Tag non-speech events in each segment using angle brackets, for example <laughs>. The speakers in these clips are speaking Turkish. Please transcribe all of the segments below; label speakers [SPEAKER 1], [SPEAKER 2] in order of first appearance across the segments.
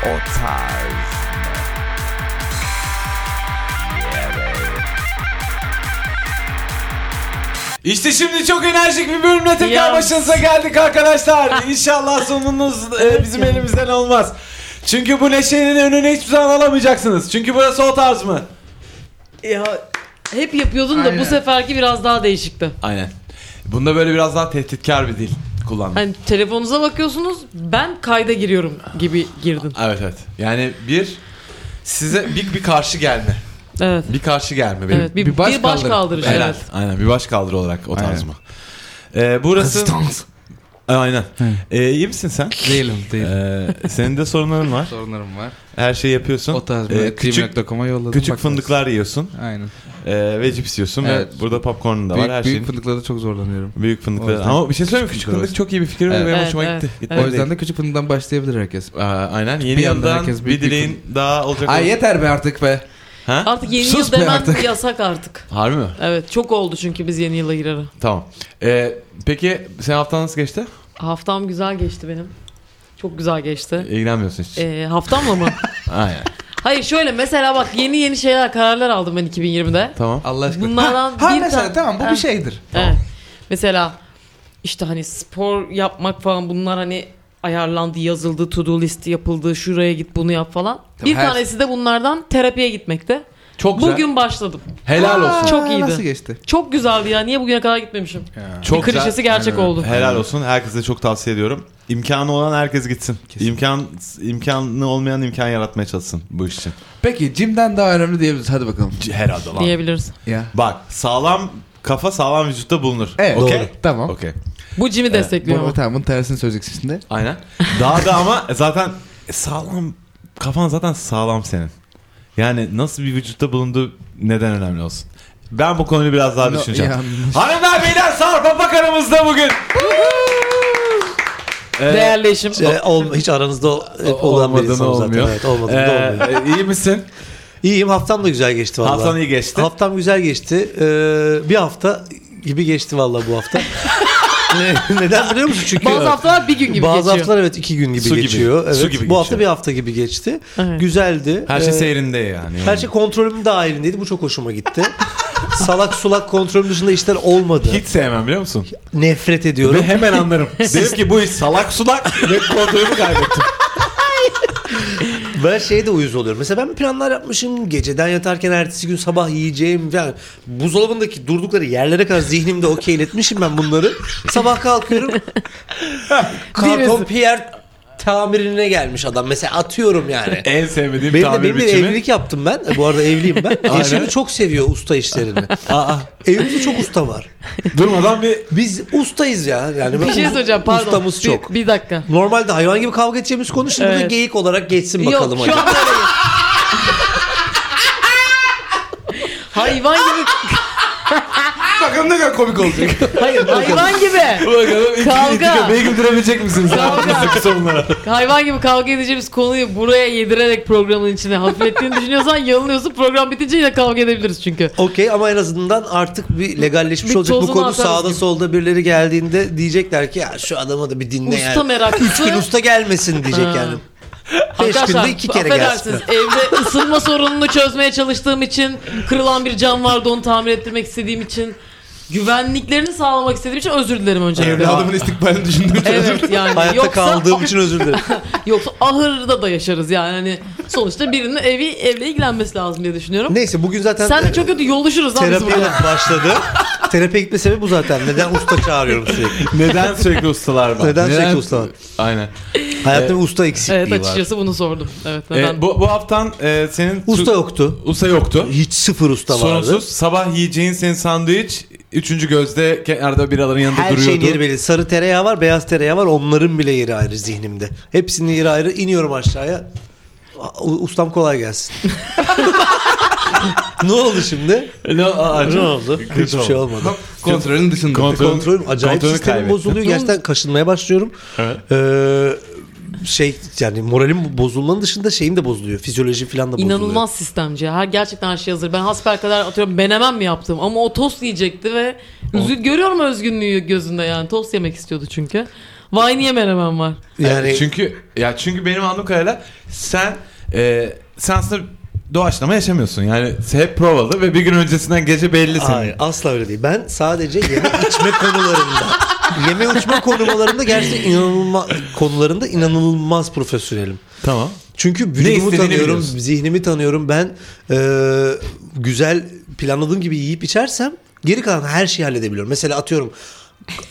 [SPEAKER 1] Otarz.
[SPEAKER 2] İşte şimdi çok enerjik bir bölümle tekrar
[SPEAKER 3] Yalnız.
[SPEAKER 2] başınıza geldik arkadaşlar. <laughs> İnşallah sonunuz e, bizim elimizden olmaz. Çünkü bu neşenin önüne hiçbir zaman alamayacaksınız. Çünkü burası o tarz mı?
[SPEAKER 3] Ya hep yapıyordun da
[SPEAKER 2] Aynen.
[SPEAKER 3] bu seferki biraz daha değişikti.
[SPEAKER 2] Aynen. Bunda böyle biraz daha tehditkar bir dil kullandım.
[SPEAKER 3] Hani telefonunuza bakıyorsunuz ben kayda giriyorum gibi girdin.
[SPEAKER 2] Evet evet. Yani bir size bir bir karşı gelme.
[SPEAKER 3] Evet.
[SPEAKER 2] Bir karşı gelme benim.
[SPEAKER 3] Evet, bir- bir baş kaldırış,
[SPEAKER 2] Helal.
[SPEAKER 3] evet.
[SPEAKER 2] Aynen bir baş kaldır olarak o tarz
[SPEAKER 1] Aynen.
[SPEAKER 2] mı? Ee, burası... Aynen. Ee, iyi misin sen?
[SPEAKER 4] Değilim, değilim.
[SPEAKER 2] Ee, senin de sorunların var.
[SPEAKER 4] Sorunlarım var.
[SPEAKER 2] Her şeyi yapıyorsun.
[SPEAKER 4] O tarz
[SPEAKER 2] Ee,
[SPEAKER 4] böyle
[SPEAKER 2] küçük
[SPEAKER 4] gmail.com'a yolladım.
[SPEAKER 2] küçük
[SPEAKER 4] Bakmaz.
[SPEAKER 2] fındıklar yiyorsun
[SPEAKER 4] Aynen.
[SPEAKER 2] ee, ve cips yiyorsun
[SPEAKER 4] Evet.
[SPEAKER 2] ve burada popcornun da
[SPEAKER 4] büyük,
[SPEAKER 2] var her
[SPEAKER 4] büyük
[SPEAKER 2] şeyin.
[SPEAKER 4] fındıklarda çok zorlanıyorum.
[SPEAKER 2] Büyük
[SPEAKER 4] O
[SPEAKER 2] fındıklar.
[SPEAKER 4] yüzden
[SPEAKER 2] Ama bir şey söyleyeyim mi?
[SPEAKER 4] küçük
[SPEAKER 2] Küçük fındık
[SPEAKER 4] fındık
[SPEAKER 2] çok iyi bir fikir ve
[SPEAKER 4] Evet.
[SPEAKER 2] benim
[SPEAKER 3] Evet,
[SPEAKER 2] hoşuma
[SPEAKER 3] evet.
[SPEAKER 2] gitti.
[SPEAKER 3] Evet.
[SPEAKER 2] Gitmedi
[SPEAKER 4] O yüzden
[SPEAKER 2] değil.
[SPEAKER 4] de küçük fındıktan başlayabilir herkes.
[SPEAKER 2] Aa, aynen yeni
[SPEAKER 4] Bir anda
[SPEAKER 2] yıldan
[SPEAKER 4] herkes
[SPEAKER 2] bir
[SPEAKER 4] büyük bir
[SPEAKER 2] dileğin daha olacak.
[SPEAKER 4] Ay yeter be artık be.
[SPEAKER 2] Ha?
[SPEAKER 3] Artık yeni
[SPEAKER 4] Sus
[SPEAKER 3] yıl
[SPEAKER 4] be
[SPEAKER 3] demen
[SPEAKER 4] artık.
[SPEAKER 3] yasak artık.
[SPEAKER 2] Harbi mi?
[SPEAKER 3] Evet çok oldu çünkü biz yeni yıla gireri.
[SPEAKER 2] Tamam. Ee, peki sen haftan nasıl geçti?
[SPEAKER 3] Haftam güzel geçti benim. Çok güzel geçti.
[SPEAKER 2] İlgilenmiyorsun hiç.
[SPEAKER 3] Ee, haftamla mı?
[SPEAKER 2] Aynen.
[SPEAKER 3] Hayır şöyle mesela bak yeni yeni şeyler kararlar aldım ben 2020'de.
[SPEAKER 2] Tamam.
[SPEAKER 4] Allah aşkına.
[SPEAKER 3] Bunlardan
[SPEAKER 4] ha, ha
[SPEAKER 3] bir
[SPEAKER 4] mesela
[SPEAKER 3] tane-
[SPEAKER 4] tamam bu
[SPEAKER 3] Ha.
[SPEAKER 4] bir şeydir.
[SPEAKER 3] Evet. Mesela işte hani spor yapmak falan bunlar hani ayarlandı, yazıldı, to do listi yapıldı, şuraya git bunu yap falan.
[SPEAKER 4] Tabii
[SPEAKER 3] bir
[SPEAKER 4] her-
[SPEAKER 3] tanesi de bunlardan terapiye gitmekte.
[SPEAKER 2] Çok güzel.
[SPEAKER 3] Bugün başladım.
[SPEAKER 2] Helal olsun.
[SPEAKER 3] Çok iyiydi.
[SPEAKER 4] Nasıl geçti?
[SPEAKER 3] Çok güzeldi ya. Niye bugüne kadar gitmemişim?
[SPEAKER 2] Çok
[SPEAKER 3] bir klişesi
[SPEAKER 2] güzel.
[SPEAKER 3] gerçek
[SPEAKER 4] Aynen öyle.
[SPEAKER 3] oldu.
[SPEAKER 2] Helal olsun. Herkese çok tavsiye ediyorum. İmkanı olan herkes gitsin.
[SPEAKER 4] Kesin.
[SPEAKER 2] İmkan imkanı olmayan imkan yaratmaya çalışsın bu iş için.
[SPEAKER 4] Peki Jim'den daha önemli diyebiliriz. Hadi bakalım.
[SPEAKER 2] Herhalde lan.
[SPEAKER 3] Diyebiliriz.
[SPEAKER 4] Ya.
[SPEAKER 2] Bak sağlam kafa sağlam vücutta bulunur.
[SPEAKER 4] Evet.
[SPEAKER 2] Okey?
[SPEAKER 4] Doğru. Tamam.
[SPEAKER 2] Okey.
[SPEAKER 3] Bu Jim'i destekliyor
[SPEAKER 4] Bunu,
[SPEAKER 3] ama.
[SPEAKER 4] tamam bunun tersini söyleyeceksin şimdi.
[SPEAKER 2] Aynen. Daha da ama zaten sağlam kafan zaten sağlam senin. Yani nasıl bir vücutta bulunduğu neden önemli olsun. Ben bu konuyu biraz daha
[SPEAKER 4] No,
[SPEAKER 2] düşüneceğim.
[SPEAKER 4] yanlış.
[SPEAKER 2] Hanımlar beyler Sarp Apak aramızda bugün. Ee,
[SPEAKER 3] Değerli eşim.
[SPEAKER 5] Ee, ol- hiç aranızda ol- hep olan bir
[SPEAKER 2] olmadığını
[SPEAKER 5] insan zaten.
[SPEAKER 2] olmuyor. Ee,
[SPEAKER 5] Evet, olmadığını da olmuyor.
[SPEAKER 2] iyi misin?
[SPEAKER 5] İyiyim haftam da güzel geçti valla.
[SPEAKER 2] Haftan iyi geçti.
[SPEAKER 5] Haftam güzel geçti. Ee, bir hafta gibi geçti valla
[SPEAKER 2] <laughs>
[SPEAKER 5] bu hafta. Ne- Neden biliyor musun? Çünkü
[SPEAKER 3] Bazı haftalar bir gün gibi
[SPEAKER 5] Bazı
[SPEAKER 3] geçiyor.
[SPEAKER 5] haftalar evet iki gün gibi
[SPEAKER 2] Su gibi.
[SPEAKER 5] geçiyor. Evet,
[SPEAKER 2] Su gibi
[SPEAKER 5] bu hafta
[SPEAKER 2] geçiyor.
[SPEAKER 5] bir hafta gibi geçti.
[SPEAKER 3] Evet.
[SPEAKER 5] Güzeldi.
[SPEAKER 2] Her şey
[SPEAKER 5] Ee,
[SPEAKER 2] seyrinde yani.
[SPEAKER 5] Her şey kontrolümün dahilindeydi. Bu çok hoşuma gitti. <laughs> Salak sulak kontrolüm dışında işler olmadı.
[SPEAKER 2] hiç sevmem biliyor musun?
[SPEAKER 5] Nefret ediyorum.
[SPEAKER 2] Ve hemen
[SPEAKER 5] <laughs>
[SPEAKER 2] anlarım. Dedim ki bu iş salak sulak ve kontrolümü kaybettim.
[SPEAKER 5] Ben şeye şey de uyuz oluyorum. Mesela ben planlar yapmışım. Geceden yatarken ertesi gün sabah yiyeceğim. Yani buzdolabındaki durdukları yerlere kadar zihnimde okeyletmişim ben bunları.
[SPEAKER 3] <laughs>
[SPEAKER 5] Sabah kalkıyorum. Karton piyer tamirine gelmiş adam. Mesela atıyorum yani.
[SPEAKER 3] E,
[SPEAKER 2] En sevmediğim
[SPEAKER 5] Benim de,
[SPEAKER 2] tamir
[SPEAKER 5] benim de
[SPEAKER 2] biçimi.
[SPEAKER 5] evlilik yaptım ben. Bu arada evliyim
[SPEAKER 3] <laughs>
[SPEAKER 5] ben. Eşimi çok seviyor usta işlerini. Aa, evimizde çok usta var.
[SPEAKER 2] Durmadan bir
[SPEAKER 5] Biz ustayız ya. Yani
[SPEAKER 3] Bir şey söyleyeceğim pardon.
[SPEAKER 5] Ustamız
[SPEAKER 3] Bir-
[SPEAKER 5] çok.
[SPEAKER 3] Bir, dakika.
[SPEAKER 5] Normalde hayvan gibi kavga edeceğimiz konu şimdi burada
[SPEAKER 3] Evet.
[SPEAKER 5] geyik olarak geçsin bakalım.
[SPEAKER 3] Yok
[SPEAKER 5] hadi.
[SPEAKER 3] şu an böyle
[SPEAKER 5] <laughs>
[SPEAKER 3] değil. Hayvan gibi
[SPEAKER 2] bakalım ne kadar komik olacak.
[SPEAKER 5] <laughs>
[SPEAKER 3] hayır hayvan gibi
[SPEAKER 2] Bakalım iki,
[SPEAKER 3] Kavga.
[SPEAKER 2] iki köpeği güldürebilecek misiniz?
[SPEAKER 3] Kavga.
[SPEAKER 2] Haftadaki
[SPEAKER 5] <laughs>
[SPEAKER 2] sonlara.
[SPEAKER 3] hayvan gibi kavga edeceğimiz konuyu buraya yedirerek programın içine
[SPEAKER 5] <laughs>
[SPEAKER 3] hafiflettiğini düşünüyorsan yanılıyorsun. Program bitince yine kavga edebiliriz çünkü.
[SPEAKER 5] Okey ama en azından artık bir legalleşmiş
[SPEAKER 3] Bir
[SPEAKER 5] olacak bu
[SPEAKER 3] tozunu
[SPEAKER 5] konu.
[SPEAKER 3] atarız
[SPEAKER 5] Sağda
[SPEAKER 3] gibi.
[SPEAKER 5] solda birileri geldiğinde diyecekler ki ya şu adamı da bir dinle
[SPEAKER 3] Usta
[SPEAKER 5] yani.
[SPEAKER 3] meraklısı.
[SPEAKER 5] Üç gün usta gelmesin diyecek
[SPEAKER 3] Ha. <laughs>
[SPEAKER 5] yani. Beş günde iki kere gelsin.
[SPEAKER 3] affedersiniz. Evde ısınma sorununu çözmeye çalıştığım için, kırılan bir cam vardı onu tamir ettirmek istediğim için, güvenliklerini sağlamak istediğim için özür dilerim önce.
[SPEAKER 4] Evladımın istikbalini düşündüğüm için.
[SPEAKER 5] <laughs>
[SPEAKER 3] Evet yani
[SPEAKER 5] Hayatta
[SPEAKER 3] yoksa <laughs>
[SPEAKER 5] kaldığım için özür dilerim.
[SPEAKER 3] yoksa ahırda da yaşarız yani hani sonuçta birinin evi evle ilgilenmesi lazım diye düşünüyorum.
[SPEAKER 5] Neyse bugün zaten
[SPEAKER 3] Sen de
[SPEAKER 5] e,
[SPEAKER 3] çok kötü yoluşuruz lan biz
[SPEAKER 5] terapiyle
[SPEAKER 3] burada.
[SPEAKER 5] başladı. Terapiye gitme sebebi bu zaten. Neden usta çağırıyorum sürekli?
[SPEAKER 2] Neden sürekli ustalar var?
[SPEAKER 5] Neden sürekli usta var?
[SPEAKER 2] Aynen.
[SPEAKER 5] Hayatta bir usta eksikliği
[SPEAKER 3] Evet
[SPEAKER 5] var.
[SPEAKER 3] açıkçası bunu sordum. Evet neden?
[SPEAKER 2] Ee, bu, bu haftan e, senin...
[SPEAKER 5] Usta yoktu.
[SPEAKER 2] Usta yoktu.
[SPEAKER 5] Hiç sıfır usta vardı.
[SPEAKER 2] Sorunsuz. Sabah yiyeceğin senin sandviç. Üçüncü gözde kenarda biraların yanında
[SPEAKER 5] Her
[SPEAKER 2] duruyordu.
[SPEAKER 5] şeyin yeri belli. Sarı tereyağı var, beyaz tereyağı var. Onların bile yeri ayrı zihnimde. Hepsinin yeri ayrı. İniyorum aşağıya. U- Ustam kolay gelsin. <laughs> ne oldu şimdi?
[SPEAKER 2] E, Ne, aa,
[SPEAKER 5] Ne oldu? Hiçbir şey olmadı.
[SPEAKER 4] Kontrolün dışında.
[SPEAKER 2] Kontrol-
[SPEAKER 5] Kontrolüm acayip
[SPEAKER 2] Kontrolü
[SPEAKER 5] sistemim
[SPEAKER 2] kaybettin.
[SPEAKER 5] bozuluyor. Gerçekten kaşınmaya başlıyorum. Ee, şey yani moralim bozulmanın dışında şeyim de bozuluyor. Fizyoloji falan da bozuluyor.
[SPEAKER 3] İnanılmaz sistemci. Her gerçekten her şey hazır. Ben hasper kadar atıyorum menemen mi yaptım ama o tost yiyecekti ve üzül görüyorum özgünlüğü gözünde yani. Tost yemek istiyordu çünkü. Vay niye menemen var?
[SPEAKER 5] Yani
[SPEAKER 2] çünkü ya çünkü benim anladığım kadarıyla sen e, sen aslında doğaçlama yaşamıyorsun. Yani hep provalı ve bir gün öncesinden gece belli senin.
[SPEAKER 5] Hayır asla öyle değil. Ben sadece yeme içme konularında yeme uçma konularında gerçekten inanılmaz konularında inanılmaz profesyonelim.
[SPEAKER 2] Tamam.
[SPEAKER 5] Çünkü vücudumu
[SPEAKER 2] istediğini
[SPEAKER 5] tanıyorum,
[SPEAKER 2] biliyorsun.
[SPEAKER 5] zihnimi tanıyorum. Ben e, güzel planladığım gibi yiyip içersem geri kalan her şeyi halledebiliyorum. Mesela atıyorum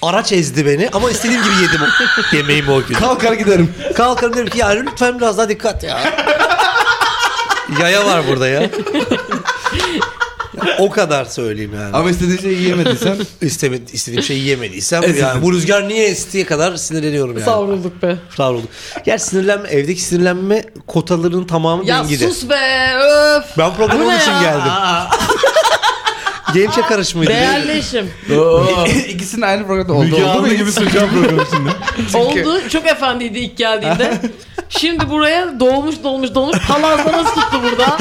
[SPEAKER 5] araç ezdi beni ama istediğim gibi yedim o- <laughs> yemeğimi o gün.
[SPEAKER 4] Kalkar giderim.
[SPEAKER 5] Kalkarım derim ki ya lütfen biraz daha dikkat ya. Yaya var burada ya. Ya <laughs> O kadar söyleyeyim yani.
[SPEAKER 4] Ama istediğin şeyi
[SPEAKER 2] <laughs>
[SPEAKER 4] yiyemediysen
[SPEAKER 5] İsteme, istediğim şeyi yemediysem
[SPEAKER 4] Ezildin.
[SPEAKER 5] yani bu rüzgar niye estiye kadar sinirleniyorum yani.
[SPEAKER 3] Savrulduk be.
[SPEAKER 5] Savruldum. Gerçi sinirlenme, evdeki sinirlenme kotalarının tamamı
[SPEAKER 3] Ya
[SPEAKER 5] dengide.
[SPEAKER 3] sus be öf.
[SPEAKER 5] Ben program
[SPEAKER 3] Bu
[SPEAKER 5] onun
[SPEAKER 3] ne
[SPEAKER 5] için
[SPEAKER 3] ya?
[SPEAKER 5] geldim. <laughs> Gençe karışmaydı.
[SPEAKER 3] Değerleşim.
[SPEAKER 4] ikisinin aynı programda oldu.
[SPEAKER 2] Müge
[SPEAKER 4] oldu mu
[SPEAKER 2] Anlı
[SPEAKER 4] hiç?
[SPEAKER 2] gibi sunacağım programı şimdi.
[SPEAKER 3] Oldu. Çok efendiydi ilk geldiğinde. Şimdi buraya dolmuş dolmuş dolmuş palazlaması tuttu burada.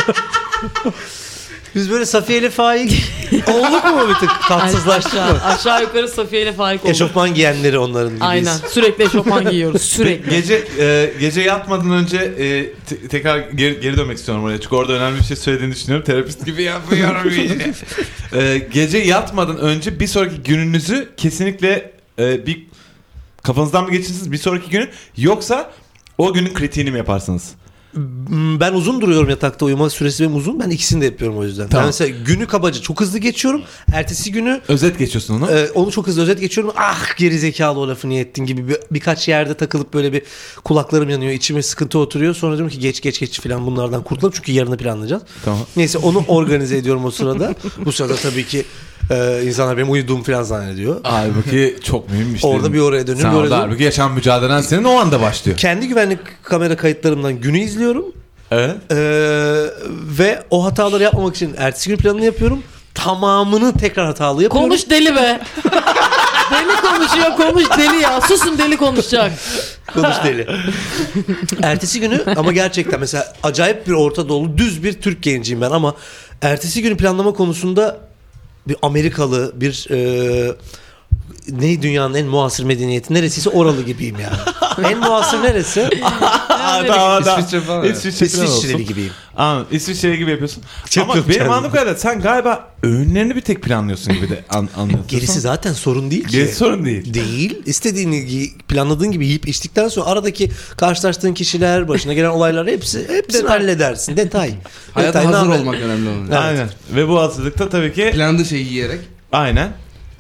[SPEAKER 5] Biz böyle Safiye ile Faik olduk mu bir tık tatsızlaştık
[SPEAKER 3] aşağı,
[SPEAKER 5] mı?
[SPEAKER 3] aşağı yukarı Safiye ile Faik oldu.
[SPEAKER 5] Eşofman giyenleri onların gibiyiz.
[SPEAKER 3] Aynen. Sürekli eşofman
[SPEAKER 5] <laughs>
[SPEAKER 3] giyiyoruz. Sürekli.
[SPEAKER 2] Gece e, gece yatmadan önce e, te- tekrar geri, geri dönmek istiyorum oraya. Çünkü orada önemli bir şey söylediğini düşünüyorum. Terapist gibi
[SPEAKER 5] <laughs>
[SPEAKER 2] yapıyorum iyice. E, gece yatmadan önce bir sonraki gününüzü kesinlikle e, bir kafanızdan mı geçirsiniz bir sonraki günün yoksa o günün kritiğini mi yaparsınız?
[SPEAKER 5] Hmm, Ben uzun duruyorum yatakta uyuma süresi benim uzun. Ben ikisini de yapıyorum o yüzden.
[SPEAKER 2] Tamam.
[SPEAKER 5] Ben mesela günü kabaca çok hızlı geçiyorum. Ertesi günü
[SPEAKER 2] Özet geçiyorsun onu.
[SPEAKER 5] Ee, onu çok hızlı özet geçiyorum. Ah geri zekalı o lafı niye ettin gibi bir, birkaç yerde takılıp böyle bir kulaklarım yanıyor, içime sıkıntı oturuyor. Sonra diyorum ki geç geç geç falan bunlardan kurtulalım çünkü yarını planlayacağız.
[SPEAKER 2] Tamam.
[SPEAKER 5] Neyse onu organize ediyorum o sırada. Bu sırada tabii ki e, insanlar benim uyuduğumu falan zannediyor.
[SPEAKER 2] Halbuki çok mühimmiş.
[SPEAKER 5] Orada
[SPEAKER 2] dedim.
[SPEAKER 5] bir oraya dönüyorum,
[SPEAKER 2] Sen
[SPEAKER 5] bir oraya
[SPEAKER 2] orada
[SPEAKER 5] dönüyorum.
[SPEAKER 2] halbuki yaşam mücadelen senin o anda başlıyor.
[SPEAKER 5] Kendi güvenlik kamera kayıtlarımdan günü izliyorum.
[SPEAKER 2] Evet.
[SPEAKER 5] Ee, ve o hataları yapmamak için ertesi gün planını yapıyorum. Tamamını tekrar hatalı yapıyorum.
[SPEAKER 3] Konuş deli be. deli konuşuyor konuş deli ya. Susun deli konuşacak.
[SPEAKER 5] Konuş deli. ertesi günü ama gerçekten mesela acayip bir Orta Doğulu düz bir Türk genciyim ben ama ertesi günü planlama konusunda bir Amerikalı bir e, ne dünyanın en muasır medeniyeti neresiyse oralı gibiyim yani. en muasır neresi?
[SPEAKER 2] Aa,
[SPEAKER 4] tamam, tamam. İsviçre falan ya.
[SPEAKER 2] İsviçre falan olsun.
[SPEAKER 5] İsviçreli gibiyim.
[SPEAKER 2] Anladım. İsviçre'ye gibi yapıyorsun.
[SPEAKER 5] Çok
[SPEAKER 2] Ama
[SPEAKER 5] yok
[SPEAKER 2] benim
[SPEAKER 5] canım.
[SPEAKER 2] anladığım kadarıyla sen galiba öğünlerini bir tek planlıyorsun gibi de an, anlatıyorsun.
[SPEAKER 5] Gerisi zaten şey. sorun değil ki.
[SPEAKER 2] Gerisi sorun değil.
[SPEAKER 5] Değil. İstediğini gi- planladığın gibi yiyip içtikten sonra aradaki karşılaştığın kişiler, başına gelen olaylar hepsi hepsini halledersin. Detay.
[SPEAKER 4] Hayata
[SPEAKER 5] Detay, ne
[SPEAKER 4] hazır
[SPEAKER 5] haber?
[SPEAKER 4] olmak önemli olan.
[SPEAKER 5] Evet.
[SPEAKER 2] Aynen. Ve bu hazırlıkta tabii ki
[SPEAKER 4] Planlı şeyi yiyerek.
[SPEAKER 2] aynen.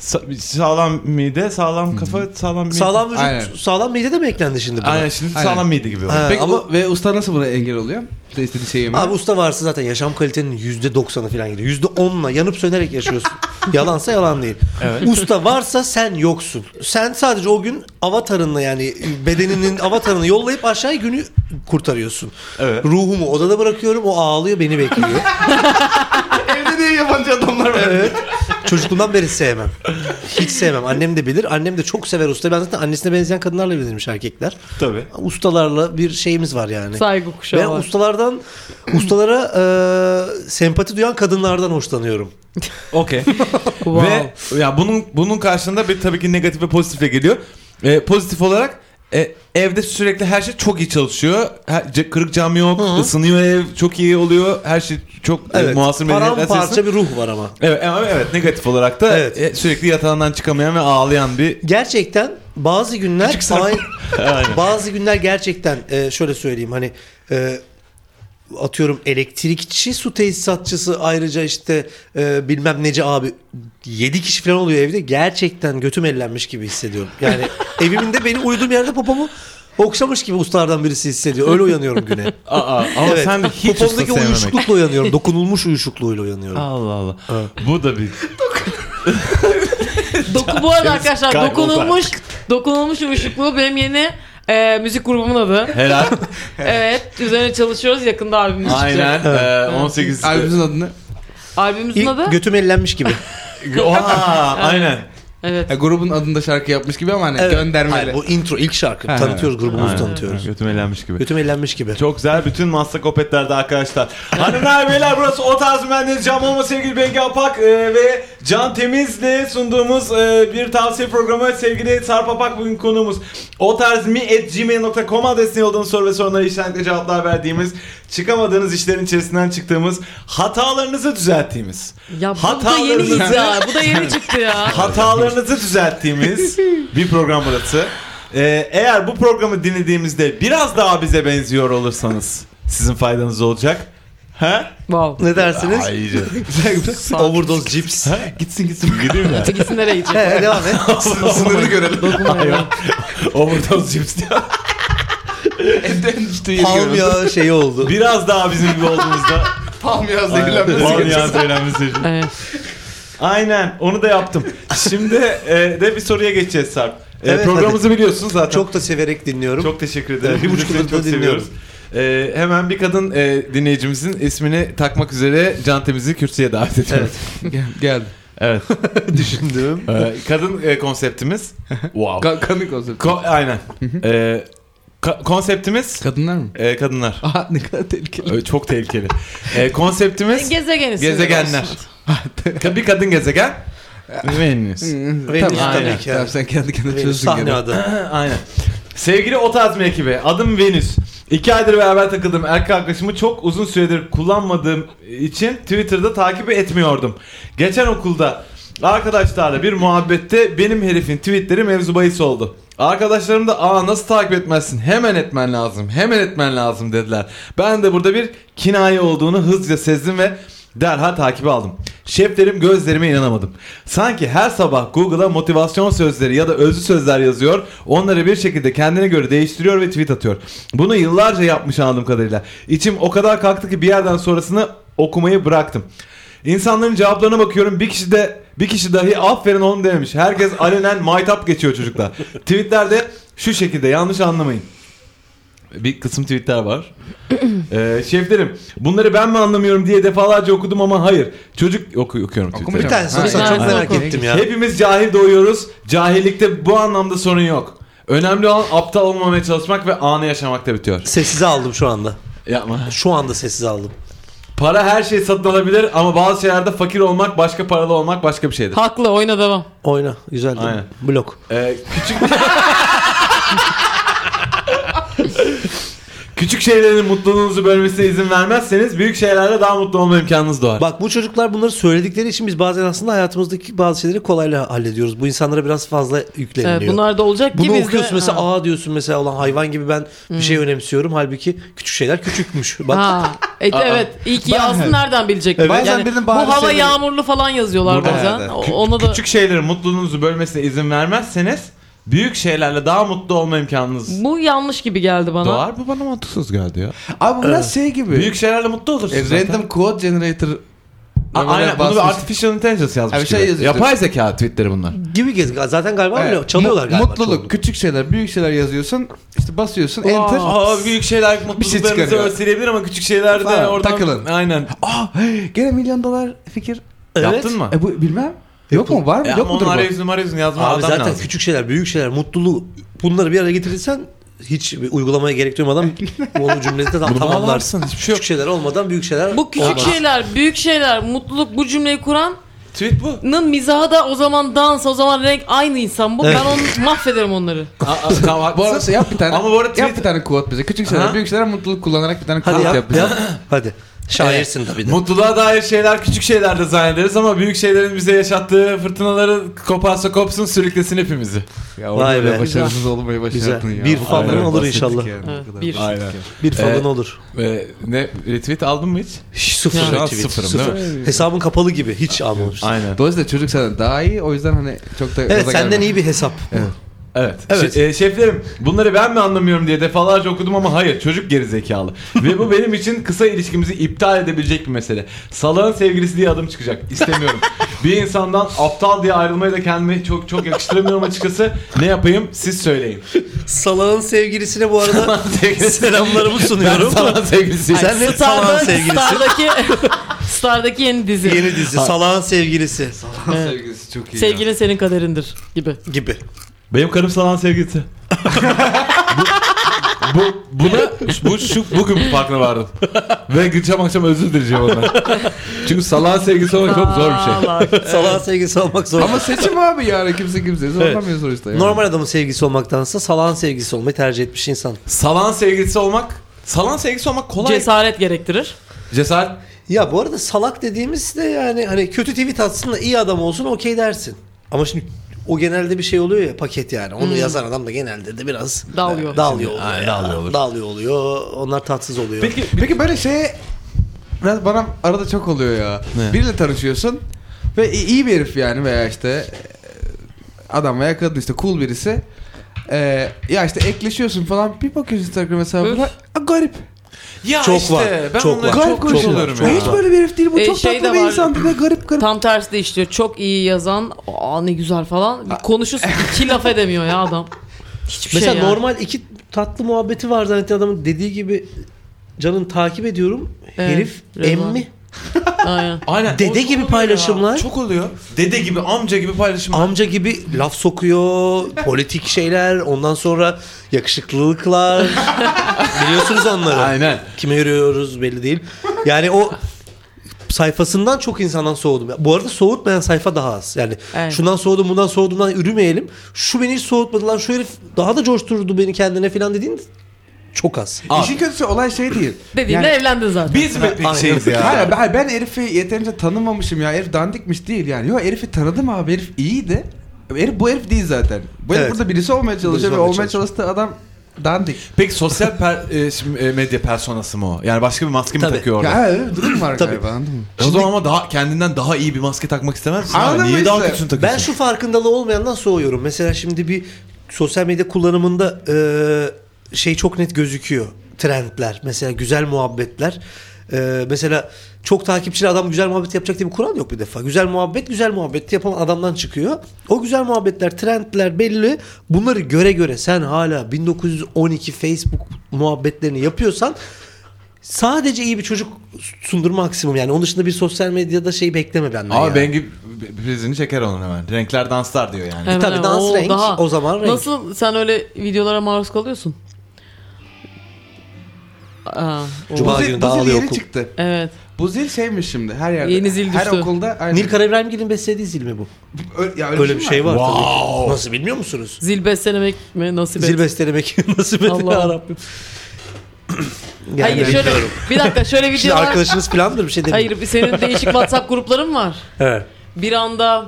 [SPEAKER 2] Sa- sağlam mide, sağlam kafa, sağlam mide.
[SPEAKER 5] Sağlam vücut,
[SPEAKER 4] Aynen.
[SPEAKER 5] sağlam mide de mi eklendi şimdi buna?
[SPEAKER 2] Aynen şimdi
[SPEAKER 4] Aynen.
[SPEAKER 2] sağlam mide gibi.
[SPEAKER 5] Ha,
[SPEAKER 2] var.
[SPEAKER 4] Peki
[SPEAKER 5] ama-
[SPEAKER 4] o- ve usta nasıl buna engel oluyor? İşte istediği şeyi yemeye.
[SPEAKER 5] Abi usta varsa zaten yaşam kalitenin %90'ı falan gidiyor. %10'la yanıp
[SPEAKER 2] <laughs>
[SPEAKER 5] sönerek yaşıyorsun. Yalansa yalan değil.
[SPEAKER 2] Evet.
[SPEAKER 5] Usta varsa sen yoksun. Sen sadece o gün avatarınla yani bedeninin avatarını yollayıp aşağı günü kurtarıyorsun.
[SPEAKER 2] Evet.
[SPEAKER 5] Ruhumu odada bırakıyorum. O ağlıyor beni bekliyor.
[SPEAKER 4] Evde niye yabancı adamlar var?
[SPEAKER 5] Evet. Çocukluğumdan beri sevmem. Hiç sevmem. Annem de bilir. Annem de çok sever ustayı. Ben zaten annesine benzeyen kadınlarla evlenirmiş erkekler.
[SPEAKER 2] Tabii.
[SPEAKER 5] Ustalarla bir şeyimiz var yani.
[SPEAKER 3] Saygı
[SPEAKER 5] Ben
[SPEAKER 3] kuşağı var.
[SPEAKER 5] ustalardan, ustalara e, sempati duyan kadınlardan hoşlanıyorum.
[SPEAKER 2] <laughs> Okey.
[SPEAKER 3] Wow.
[SPEAKER 2] Ve ya bunun bunun karşılığında bir tabii ki negatif ve pozitifle geliyor. Ee, pozitif olarak e, evde sürekli her şey çok iyi çalışıyor. Her, ce- kırık cam yok, ısınıyor ev, çok iyi oluyor. Her şey çok evet. e, muasır medeniyetler
[SPEAKER 5] Paramparça
[SPEAKER 2] sayesinde-
[SPEAKER 5] bir ruh var ama.
[SPEAKER 2] Evet, ama evet negatif olarak da
[SPEAKER 5] Evet.
[SPEAKER 2] e, sürekli yatağından çıkamayan ve ağlayan bir
[SPEAKER 5] Gerçekten bazı günler Ay- bazı günler gerçekten e, şöyle söyleyeyim hani e, atıyorum elektrikçi su tesisatçısı ayrıca işte e, bilmem nece abi 7 kişi falan oluyor evde gerçekten götüm ellenmiş gibi hissediyorum. Yani evimin de beni uyuduğum yerde popomu okşamış gibi ustalardan birisi hissediyor. Öyle uyanıyorum güne.
[SPEAKER 2] Aa, ama
[SPEAKER 5] Evet.
[SPEAKER 2] sen de
[SPEAKER 5] <laughs>
[SPEAKER 2] hiç usta
[SPEAKER 5] Popomdaki
[SPEAKER 2] sevmemek.
[SPEAKER 5] uyuşuklukla uyanıyorum. Dokunulmuş uyuşukluğuyla uyanıyorum.
[SPEAKER 2] Allah Allah. Bu da bir
[SPEAKER 3] Doku bu arada arkadaşlar
[SPEAKER 2] Kayboldu
[SPEAKER 3] dokunulmuş dokunulmuş uyuşukluğu benim yeni e, müzik grubumun
[SPEAKER 2] <laughs>
[SPEAKER 3] adı.
[SPEAKER 2] helal.
[SPEAKER 3] Evet üzerine çalışıyoruz yakında albümümüz çıkacak.
[SPEAKER 2] Aynen. e, 18.
[SPEAKER 4] Albümüzün adı ne?
[SPEAKER 3] Albümümüzün
[SPEAKER 5] İlk
[SPEAKER 2] <laughs>
[SPEAKER 3] adı
[SPEAKER 5] götüm ellenmiş gibi.
[SPEAKER 2] Oha, aynen.
[SPEAKER 3] Evet.
[SPEAKER 4] Ya e, grubun adında şarkı yapmış gibi ama hani
[SPEAKER 5] Evet.
[SPEAKER 4] göndermeli.
[SPEAKER 5] Hayır, bu intro ilk şarkı.
[SPEAKER 4] Ha,
[SPEAKER 5] tanıtıyoruz grubumuzu
[SPEAKER 2] Aynen.
[SPEAKER 5] tanıtıyoruz.
[SPEAKER 2] Götüm eğlenmiş gibi.
[SPEAKER 5] Götüm eğlenmiş gibi.
[SPEAKER 2] Çok güzel. Bütün Maslak Opetler'de arkadaşlar. Hanımlar beyler burası O Tarz Mühendis Can Olma sevgili Bengi Apak e, ve Can Temiz'le sunduğumuz e, bir tavsiye programı sevgili Sarp Apak bugün konuğumuz. O Tarz Mi at gmail.com adresine yolladığınız soru ve sorunlara işlenlikle cevaplar verdiğimiz çıkamadığınız işlerin içerisinden çıktığımız hatalarınızı düzelttiğimiz
[SPEAKER 3] Ya bu da yeni iddia. Bu da yeni
[SPEAKER 2] <laughs>
[SPEAKER 3] çıktı ya.
[SPEAKER 2] hatalarınızı düzelttiğimiz bir program burası. Ee, eğer bu programı dinlediğimizde biraz daha bize benziyor olursanız sizin faydanız olacak. Ha?
[SPEAKER 3] Wow.
[SPEAKER 5] Ne dersiniz? <laughs>
[SPEAKER 2] Hayır.
[SPEAKER 5] Overdose cips.
[SPEAKER 2] ha? Gitsin gitsin gideyim ya.
[SPEAKER 3] Gitsin nereye gidecek?
[SPEAKER 5] He, devam
[SPEAKER 2] <laughs>
[SPEAKER 5] et. <laughs>
[SPEAKER 4] Sınırını görelim.
[SPEAKER 2] Hayvan. Overdose cips diyor.
[SPEAKER 4] Evden düştüğü yeri
[SPEAKER 5] Palm
[SPEAKER 4] görüyoruz.
[SPEAKER 5] yağı şey oldu.
[SPEAKER 2] Biraz daha bizim gibi <laughs> olduğumuzda. e,
[SPEAKER 4] Palm yağı zehirlenmesi.
[SPEAKER 2] Aynen.
[SPEAKER 4] gerçekten.
[SPEAKER 2] ya söylenmesi.
[SPEAKER 3] Evet.
[SPEAKER 2] Aynen onu da yaptım. Şimdi e, de bir soruya geçeceğiz Sarp. E,
[SPEAKER 5] Evet,
[SPEAKER 2] programımızı biliyorsunuz zaten.
[SPEAKER 5] Çok da severek dinliyorum.
[SPEAKER 2] Çok teşekkür ederim.
[SPEAKER 5] Evet, bir buçuk
[SPEAKER 2] Seni
[SPEAKER 5] yıldır
[SPEAKER 2] çok
[SPEAKER 5] da dinliyorum.
[SPEAKER 2] seviyoruz. Ee, hemen bir kadın e, dinleyicimizin ismini takmak üzere Can Temiz'i kürsüye davet ediyoruz.
[SPEAKER 4] Gel, <laughs> Geldi.
[SPEAKER 2] <laughs> Evet.
[SPEAKER 5] düşündüm.
[SPEAKER 2] Ee, kadın e, konseptimiz. wow.
[SPEAKER 4] Ka- Kanı konsept.
[SPEAKER 2] Ko- aynen. Ee, ka- konseptimiz
[SPEAKER 4] Kadınlar mı?
[SPEAKER 2] e, kadınlar.
[SPEAKER 4] Aha ne kadar tehlikeli.
[SPEAKER 2] Ee, çok tehlikeli. Ee, konseptimiz
[SPEAKER 3] Gezegen ismi.
[SPEAKER 2] gezegenler. Ka- bir kadın gezegen. Venüs.
[SPEAKER 4] Venüs
[SPEAKER 5] tabii ki.
[SPEAKER 4] Tamam sen kendi kendine
[SPEAKER 5] Benim
[SPEAKER 4] çözdün
[SPEAKER 5] sahne
[SPEAKER 4] gene.
[SPEAKER 5] adı.
[SPEAKER 2] <laughs> Aynen. Sevgili Otazmi ekibi, adım Venüs. İki aydır beraber takıldığım erkek arkadaşımı çok uzun süredir kullanmadığım için Twitter'da takip etmiyordum. Geçen okulda arkadaşlarla bir muhabbette benim herifin tweetleri mevzu bahis oldu. Arkadaşlarım da aa nasıl takip etmezsin hemen etmen lazım hemen etmen lazım dediler. Ben de burada bir kinaye olduğunu hızlıca sezdim ve derhal takibi aldım. Şeflerim gözlerime inanamadım. Sanki her sabah Google'a motivasyon sözleri ya da özlü sözler yazıyor. Onları bir şekilde kendine göre değiştiriyor ve tweet atıyor. Bunu yıllarca yapmış anladığım kadarıyla. İçim o kadar kalktı ki bir yerden sonrasını okumayı bıraktım. İnsanların cevaplarına bakıyorum. Bir kişi de bir kişi dahi aferin oğlum dememiş. Herkes alenen maytap geçiyor çocuklar. Tweetlerde şu şekilde yanlış anlamayın. Bir kısım tweetler var. <clears throat> Ee, şeflerim bunları ben mi anlamıyorum diye defalarca okudum ama hayır. Çocuk oku, okuyorum
[SPEAKER 4] Okumayacağım.
[SPEAKER 5] Bir
[SPEAKER 2] tweetleri.
[SPEAKER 5] tanesi
[SPEAKER 4] Ha,
[SPEAKER 5] olsa
[SPEAKER 3] evet.
[SPEAKER 5] çok merak
[SPEAKER 3] Okey.
[SPEAKER 5] ettim ya.
[SPEAKER 2] Hepimiz cahil doğuyoruz. Cahillikte bu anlamda sorun yok. Önemli olan aptal olmamaya çalışmak ve anı yaşamakta bitiyor.
[SPEAKER 5] Sessize aldım şu anda.
[SPEAKER 2] Yapma.
[SPEAKER 5] Şu anda sessize aldım.
[SPEAKER 2] Para her şey satın alabilir ama bazı şeylerde fakir olmak başka paralı olmak başka bir şeydir.
[SPEAKER 3] Haklı oyna devam.
[SPEAKER 5] Oyna. Güzel değil mi? Blok.
[SPEAKER 2] Ee, küçük <laughs> Küçük şeylerin mutluluğunuzu bölmesine izin vermezseniz büyük şeylerde daha mutlu olma imkanınız doğar.
[SPEAKER 5] Bak bu çocuklar bunları söyledikleri için biz bazen aslında hayatımızdaki bazı şeyleri kolayla hallediyoruz. Bu insanlara biraz fazla yükleniliyor.
[SPEAKER 3] Evet, bunlar da olacak ki
[SPEAKER 5] Bunu
[SPEAKER 3] biz de-
[SPEAKER 5] okuyorsun mesela
[SPEAKER 3] Ha. Hmm.
[SPEAKER 5] aa diyorsun mesela olan hayvan gibi ben bir şey önemsiyorum. Halbuki küçük şeyler küçükmüş. Bak
[SPEAKER 3] Ha. E, evet. İyi ki yazsın nereden bilecek?
[SPEAKER 4] Evet. Bazen dedim
[SPEAKER 3] bu
[SPEAKER 4] bari
[SPEAKER 3] hava
[SPEAKER 4] şeyleri-
[SPEAKER 3] yağmurlu falan yazıyorlar
[SPEAKER 4] Evet,
[SPEAKER 3] bazen.
[SPEAKER 4] evet.
[SPEAKER 3] O-
[SPEAKER 2] Kü-
[SPEAKER 3] Ona da
[SPEAKER 2] Küçük şeylerin mutluluğunuzu bölmesine izin vermezseniz büyük şeylerle daha mutlu olma imkanınız
[SPEAKER 3] bu yanlış gibi geldi bana.
[SPEAKER 2] doğar. Bu bana mantıksız geldi ya.
[SPEAKER 4] Abi bu biraz şey gibi.
[SPEAKER 2] Büyük şeylerle mutlu olursun.
[SPEAKER 4] E,
[SPEAKER 2] zaten.
[SPEAKER 4] random quote generator.
[SPEAKER 2] A- aynen bunu bir
[SPEAKER 4] Basmış.
[SPEAKER 2] artificial intelligence yazmış
[SPEAKER 4] Ha, bir şey
[SPEAKER 2] gibi.
[SPEAKER 4] yazıyor.
[SPEAKER 2] Yapay zeka tweetleri bunlar.
[SPEAKER 5] gibi gez. Zaten galiba
[SPEAKER 4] Evet.
[SPEAKER 5] öyle çalıyorlar
[SPEAKER 4] Mu-
[SPEAKER 5] galiba.
[SPEAKER 4] e, Mutluluk,
[SPEAKER 5] çoğunluk.
[SPEAKER 4] küçük şeyler, büyük şeyler yazıyorsun. İşte basıyorsun enter.
[SPEAKER 2] Aa, büyük şeyler mutluluklarınızı
[SPEAKER 4] çıkarıyor.
[SPEAKER 2] ölçülebilir ama küçük şeylerde
[SPEAKER 4] Falan,
[SPEAKER 2] oradan
[SPEAKER 4] takılın.
[SPEAKER 2] Aynen.
[SPEAKER 4] Aa, Ah, gene milyon dolar fikir.
[SPEAKER 5] Evet.
[SPEAKER 2] Yaptın mı?
[SPEAKER 4] E bu bilmem. Yok mu? Var mı?
[SPEAKER 2] E,
[SPEAKER 4] Yok
[SPEAKER 2] ama onun
[SPEAKER 4] mudur bu?
[SPEAKER 2] arayüzünü marayüzünü yazma
[SPEAKER 5] Abi
[SPEAKER 2] adam
[SPEAKER 5] zaten
[SPEAKER 2] lazım.
[SPEAKER 5] küçük şeyler, büyük şeyler, mutluluğu bunları bir araya getirirsen hiç bir uygulamaya gerek duymadan bu cümlesi de tamamlarsın.
[SPEAKER 2] Hiçbir şey yok.
[SPEAKER 5] Küçük şeyler olmadan büyük şeyler
[SPEAKER 3] Bu küçük şey-
[SPEAKER 5] olmaz.
[SPEAKER 3] şeyler, büyük şeyler, mutluluk bu cümleyi kuranın
[SPEAKER 2] Tweet bu.
[SPEAKER 3] mizahı da o zaman dans, o zaman renk aynı insan bu.
[SPEAKER 5] Evet.
[SPEAKER 3] Ben onu
[SPEAKER 2] <laughs>
[SPEAKER 3] mahvederim onları.
[SPEAKER 2] <laughs> Aa, aa, tamam, haklısın.
[SPEAKER 4] Bu arada yap bir
[SPEAKER 5] <laughs>
[SPEAKER 4] tane.
[SPEAKER 2] Ama bu arada
[SPEAKER 4] yap
[SPEAKER 2] tweet-
[SPEAKER 4] bir tane quote bize. Küçük şeyler,
[SPEAKER 2] Aha.
[SPEAKER 4] büyük şeyler mutluluk kullanarak bir tane quote
[SPEAKER 5] Hadi
[SPEAKER 4] yap,
[SPEAKER 5] yap,
[SPEAKER 4] bize.
[SPEAKER 5] yap. Hadi. Şairsin tabii de.
[SPEAKER 2] Mutluluğa dair şeyler küçük şeylerde zannederiz ama büyük şeylerin bize yaşattığı fırtınaları koparsa kopsun sürüklesin hepimizi.
[SPEAKER 4] Ya
[SPEAKER 5] Vay
[SPEAKER 4] orada
[SPEAKER 5] be.
[SPEAKER 4] be. başarısız olmayı başardın
[SPEAKER 5] Güzel.
[SPEAKER 4] ya.
[SPEAKER 5] Bir
[SPEAKER 4] O
[SPEAKER 5] falan
[SPEAKER 4] kadar
[SPEAKER 5] olur
[SPEAKER 4] basitlik
[SPEAKER 5] inşallah.
[SPEAKER 4] yani, o
[SPEAKER 3] Evet,
[SPEAKER 4] kadar
[SPEAKER 3] bir.
[SPEAKER 4] basit.
[SPEAKER 5] Bir falan
[SPEAKER 2] Evet.
[SPEAKER 5] olur.
[SPEAKER 2] Ee, ne retweet aldın mı hiç?
[SPEAKER 5] Hiç sıfır.
[SPEAKER 3] Yani.
[SPEAKER 5] retweet,
[SPEAKER 2] Sıfırım,
[SPEAKER 5] sıfır.
[SPEAKER 2] değil
[SPEAKER 5] Hesabın kapalı gibi. Hiç almamışsın.
[SPEAKER 2] Aynen.
[SPEAKER 4] Dolayısıyla çocuk senden daha iyi. O yüzden hani çok da
[SPEAKER 5] Evet
[SPEAKER 4] gaza
[SPEAKER 5] senden
[SPEAKER 4] gelme.
[SPEAKER 5] iyi bir hesap.
[SPEAKER 2] Evet.
[SPEAKER 5] Evet.
[SPEAKER 2] Şe- e, şeflerim bunları ben mi anlamıyorum diye defalarca okudum ama hayır çocuk geri
[SPEAKER 4] <laughs>
[SPEAKER 2] zekalı. Ve bu benim için kısa ilişkimizi iptal edebilecek bir mesele. Salağın sevgilisi diye adım çıkacak. İstemiyorum.
[SPEAKER 4] <laughs>
[SPEAKER 2] bir insandan aptal diye ayrılmayı da kendime çok çok yakıştıramıyorum açıkçası. Ne yapayım siz söyleyin.
[SPEAKER 5] Salağın sevgilisine bu arada <laughs>
[SPEAKER 2] sevgilisi-
[SPEAKER 5] selamlarımı
[SPEAKER 2] Ben
[SPEAKER 5] sunuyorum.
[SPEAKER 2] salağın sevgilisiyim.
[SPEAKER 5] Sen ne salağın
[SPEAKER 3] <laughs>
[SPEAKER 5] sevgilisi?
[SPEAKER 3] Star'daki, Star'daki yeni dizi.
[SPEAKER 5] Yeni dizi Salağın Sevgilisi.
[SPEAKER 4] Sevgilisi çok iyi.
[SPEAKER 3] Sevgilin senin kaderindir gibi.
[SPEAKER 5] gibi.
[SPEAKER 2] Benim karım salan sevgilisi. bu, bu, buna, bu, şu, bugün farkına vardım. Ve gideceğim akşam özür dileyeceğim ondan. Çünkü salan sevgilisi olmak çok zor bir şey.
[SPEAKER 3] şey.
[SPEAKER 5] Salağın sevgilisi olmak zor.
[SPEAKER 4] Ama seçim abi yani kimse kimseye zorlamıyor sonuçta. Yani.
[SPEAKER 5] normal adamın sevgilisi olmaktansa salağın sevgilisi olmayı tercih etmiş insan.
[SPEAKER 2] Salan sevgilisi olmak Salan sevgilisi olmak kolay.
[SPEAKER 3] Cesaret gerektirir.
[SPEAKER 2] Cesaret.
[SPEAKER 5] Ya bu arada salak dediğimiz de yani hani kötü tweet atsın da iyi adam olsun okey dersin. Ama şimdi o genelde bir şey oluyor ya paket yani. Onu yazan adam da genelde de biraz
[SPEAKER 3] Hmm. Dalıyor.
[SPEAKER 5] e, dalıyor oluyor.
[SPEAKER 2] Aynen,
[SPEAKER 5] ya.
[SPEAKER 2] dalıyor
[SPEAKER 5] dalıyor
[SPEAKER 2] olur.
[SPEAKER 5] oluyor. Onlar tatsız oluyor.
[SPEAKER 2] Peki
[SPEAKER 4] Peki böyle şey biraz bana arada çok oluyor ya.
[SPEAKER 2] Ne?
[SPEAKER 4] Biriyle tanışıyorsun ve i- iyi bir herif yani veya işte e, adam veya kadın işte cool birisi. E, ya işte ekleşiyorsun falan bir bakıyorsun Instagram hesabına
[SPEAKER 3] Öf.
[SPEAKER 4] "Aa, garip.
[SPEAKER 2] ya
[SPEAKER 5] Çok
[SPEAKER 2] işte
[SPEAKER 5] var,
[SPEAKER 2] ben
[SPEAKER 5] çok
[SPEAKER 2] onlara
[SPEAKER 5] var,
[SPEAKER 2] çok,
[SPEAKER 4] garip
[SPEAKER 2] çok,
[SPEAKER 5] çok
[SPEAKER 2] oluyorum
[SPEAKER 5] var,
[SPEAKER 4] ya.
[SPEAKER 5] çok
[SPEAKER 2] ya.
[SPEAKER 4] Hiç böyle bir herif değil bu
[SPEAKER 3] E,
[SPEAKER 4] çok
[SPEAKER 3] şey de
[SPEAKER 4] tatlı bir
[SPEAKER 3] var.
[SPEAKER 4] insandı ve garip garip.
[SPEAKER 3] Tam tersi de işliyor. Çok iyi yazan aa ne güzel falan. Bir konuşursun
[SPEAKER 5] <laughs>
[SPEAKER 3] iki laf edemiyor ya adam. Hiçbir
[SPEAKER 5] Mesela
[SPEAKER 3] şey ya.
[SPEAKER 5] normal iki tatlı muhabbeti var zaten adamın dediği gibi canın takip ediyorum.
[SPEAKER 3] Evet,
[SPEAKER 5] Herif
[SPEAKER 3] Reza.
[SPEAKER 5] emmi.
[SPEAKER 3] Aynen.
[SPEAKER 2] Aynen.
[SPEAKER 5] Dede
[SPEAKER 2] O çok
[SPEAKER 5] gibi
[SPEAKER 2] oluyor
[SPEAKER 5] paylaşımlar.
[SPEAKER 2] ya. Çok oluyor. Dede gibi, amca gibi paylaşımlar.
[SPEAKER 5] Amca gibi laf sokuyor, politik şeyler, ondan sonra yakışıklılıklar. Biliyorsunuz onları.
[SPEAKER 2] Aynen.
[SPEAKER 5] Kime yürüyoruz belli değil. Yani o sayfasından çok insandan soğudum. Bu arada soğutmayan sayfa daha az. Yani
[SPEAKER 3] Evet.
[SPEAKER 5] şundan soğudum bundan soğudumdan yürümeyelim. Şu beni hiç soğutmadı lan şu herif daha da coşturdu beni kendine falan dediğin çok az.
[SPEAKER 2] Abi.
[SPEAKER 4] İşin kötüsü olay şey değil.
[SPEAKER 3] Dediğimle
[SPEAKER 4] Yani-
[SPEAKER 3] evlendin zaten.
[SPEAKER 2] Biz mi şey-
[SPEAKER 5] Aynen.
[SPEAKER 2] şeyiz ya?
[SPEAKER 4] Hayır, hayır ben herifi yeterince tanımamışım ya. Herif dandikmiş değil yani. Yok herifi tanıdım abi. Herif iyiydi. Herif, bu herif değil zaten. Bu herif
[SPEAKER 5] Evet.
[SPEAKER 4] burada birisi olmaya çalışıyor ve
[SPEAKER 5] olmaya
[SPEAKER 4] olmaya
[SPEAKER 5] çalışıyor.
[SPEAKER 4] çalıştığı adam dandik.
[SPEAKER 2] Peki sosyal per- e, şimdi, e, medya personası mı o? Yani başka bir maske mi
[SPEAKER 5] Tabii.
[SPEAKER 2] takıyor orada?
[SPEAKER 4] Ya öyle bir durum var
[SPEAKER 5] Tabii.
[SPEAKER 4] galiba anladın mı?
[SPEAKER 2] o zaman ama daha kendinden daha iyi bir maske takmak istemez misin?
[SPEAKER 4] Anladın
[SPEAKER 2] abi? Niye
[SPEAKER 4] mı
[SPEAKER 2] daha
[SPEAKER 4] işte?
[SPEAKER 2] kötüsünü
[SPEAKER 5] Ben
[SPEAKER 2] takıyorsun?
[SPEAKER 5] şu farkındalığı olmayandan soğuyorum. Mesela şimdi bir sosyal medya kullanımında e, şey çok net gözüküyor. Trendler, mesela güzel muhabbetler. E, mesela çok takipçili adam güzel muhabbet yapacak diye bir kural yok bir defa. Güzel muhabbet, güzel muhabbet yapan adamdan çıkıyor. O güzel muhabbetler, trendler belli. Bunları göre göre sen hala 1912 Facebook muhabbetlerini yapıyorsan sadece iyi bir çocuk sundur maksimum yani. Onun dışında bir sosyal medyada şey bekleme benden.
[SPEAKER 2] Ama
[SPEAKER 5] yani.
[SPEAKER 2] Bengi prizini çeker onun hemen. Renkler danslar diyor yani.
[SPEAKER 3] Hemen
[SPEAKER 5] tabii
[SPEAKER 3] hemen.
[SPEAKER 5] dans
[SPEAKER 3] Oo,
[SPEAKER 5] renk, o zaman renk.
[SPEAKER 3] Nasıl sen öyle videolara maruz kalıyorsun? Aa, o-
[SPEAKER 5] Cuma-
[SPEAKER 4] Bu
[SPEAKER 5] Cuma
[SPEAKER 4] zil,
[SPEAKER 5] günü
[SPEAKER 4] bu zil
[SPEAKER 5] dağılıyor
[SPEAKER 4] yeni
[SPEAKER 5] okul.
[SPEAKER 4] çıktı.
[SPEAKER 3] Evet.
[SPEAKER 4] Bu zil şeymiş şimdi her yerde.
[SPEAKER 3] Yeni zil
[SPEAKER 4] Her
[SPEAKER 3] düştü.
[SPEAKER 4] okulda aynı.
[SPEAKER 5] Nil Karabiremgil'in beslediği zil mi bu?
[SPEAKER 4] Ö- ya
[SPEAKER 5] Öyle bir şey var
[SPEAKER 2] Wow.
[SPEAKER 5] tabii. Nasıl bilmiyor musunuz?
[SPEAKER 3] Zil beslenemek mi nasip
[SPEAKER 5] Zil
[SPEAKER 3] et?
[SPEAKER 5] <laughs> beslemek nasip et
[SPEAKER 3] Allah'ım.
[SPEAKER 5] ya <clears throat> Rabbim. Yani
[SPEAKER 3] Hayır şöyle bir dakika şöyle
[SPEAKER 5] <laughs> Şimdi
[SPEAKER 3] videolar.
[SPEAKER 5] arkadaşınız filandır <laughs> bir şey demeyin.
[SPEAKER 3] Hayır senin değişik WhatsApp grupların var.
[SPEAKER 5] Evet.
[SPEAKER 3] Bir anda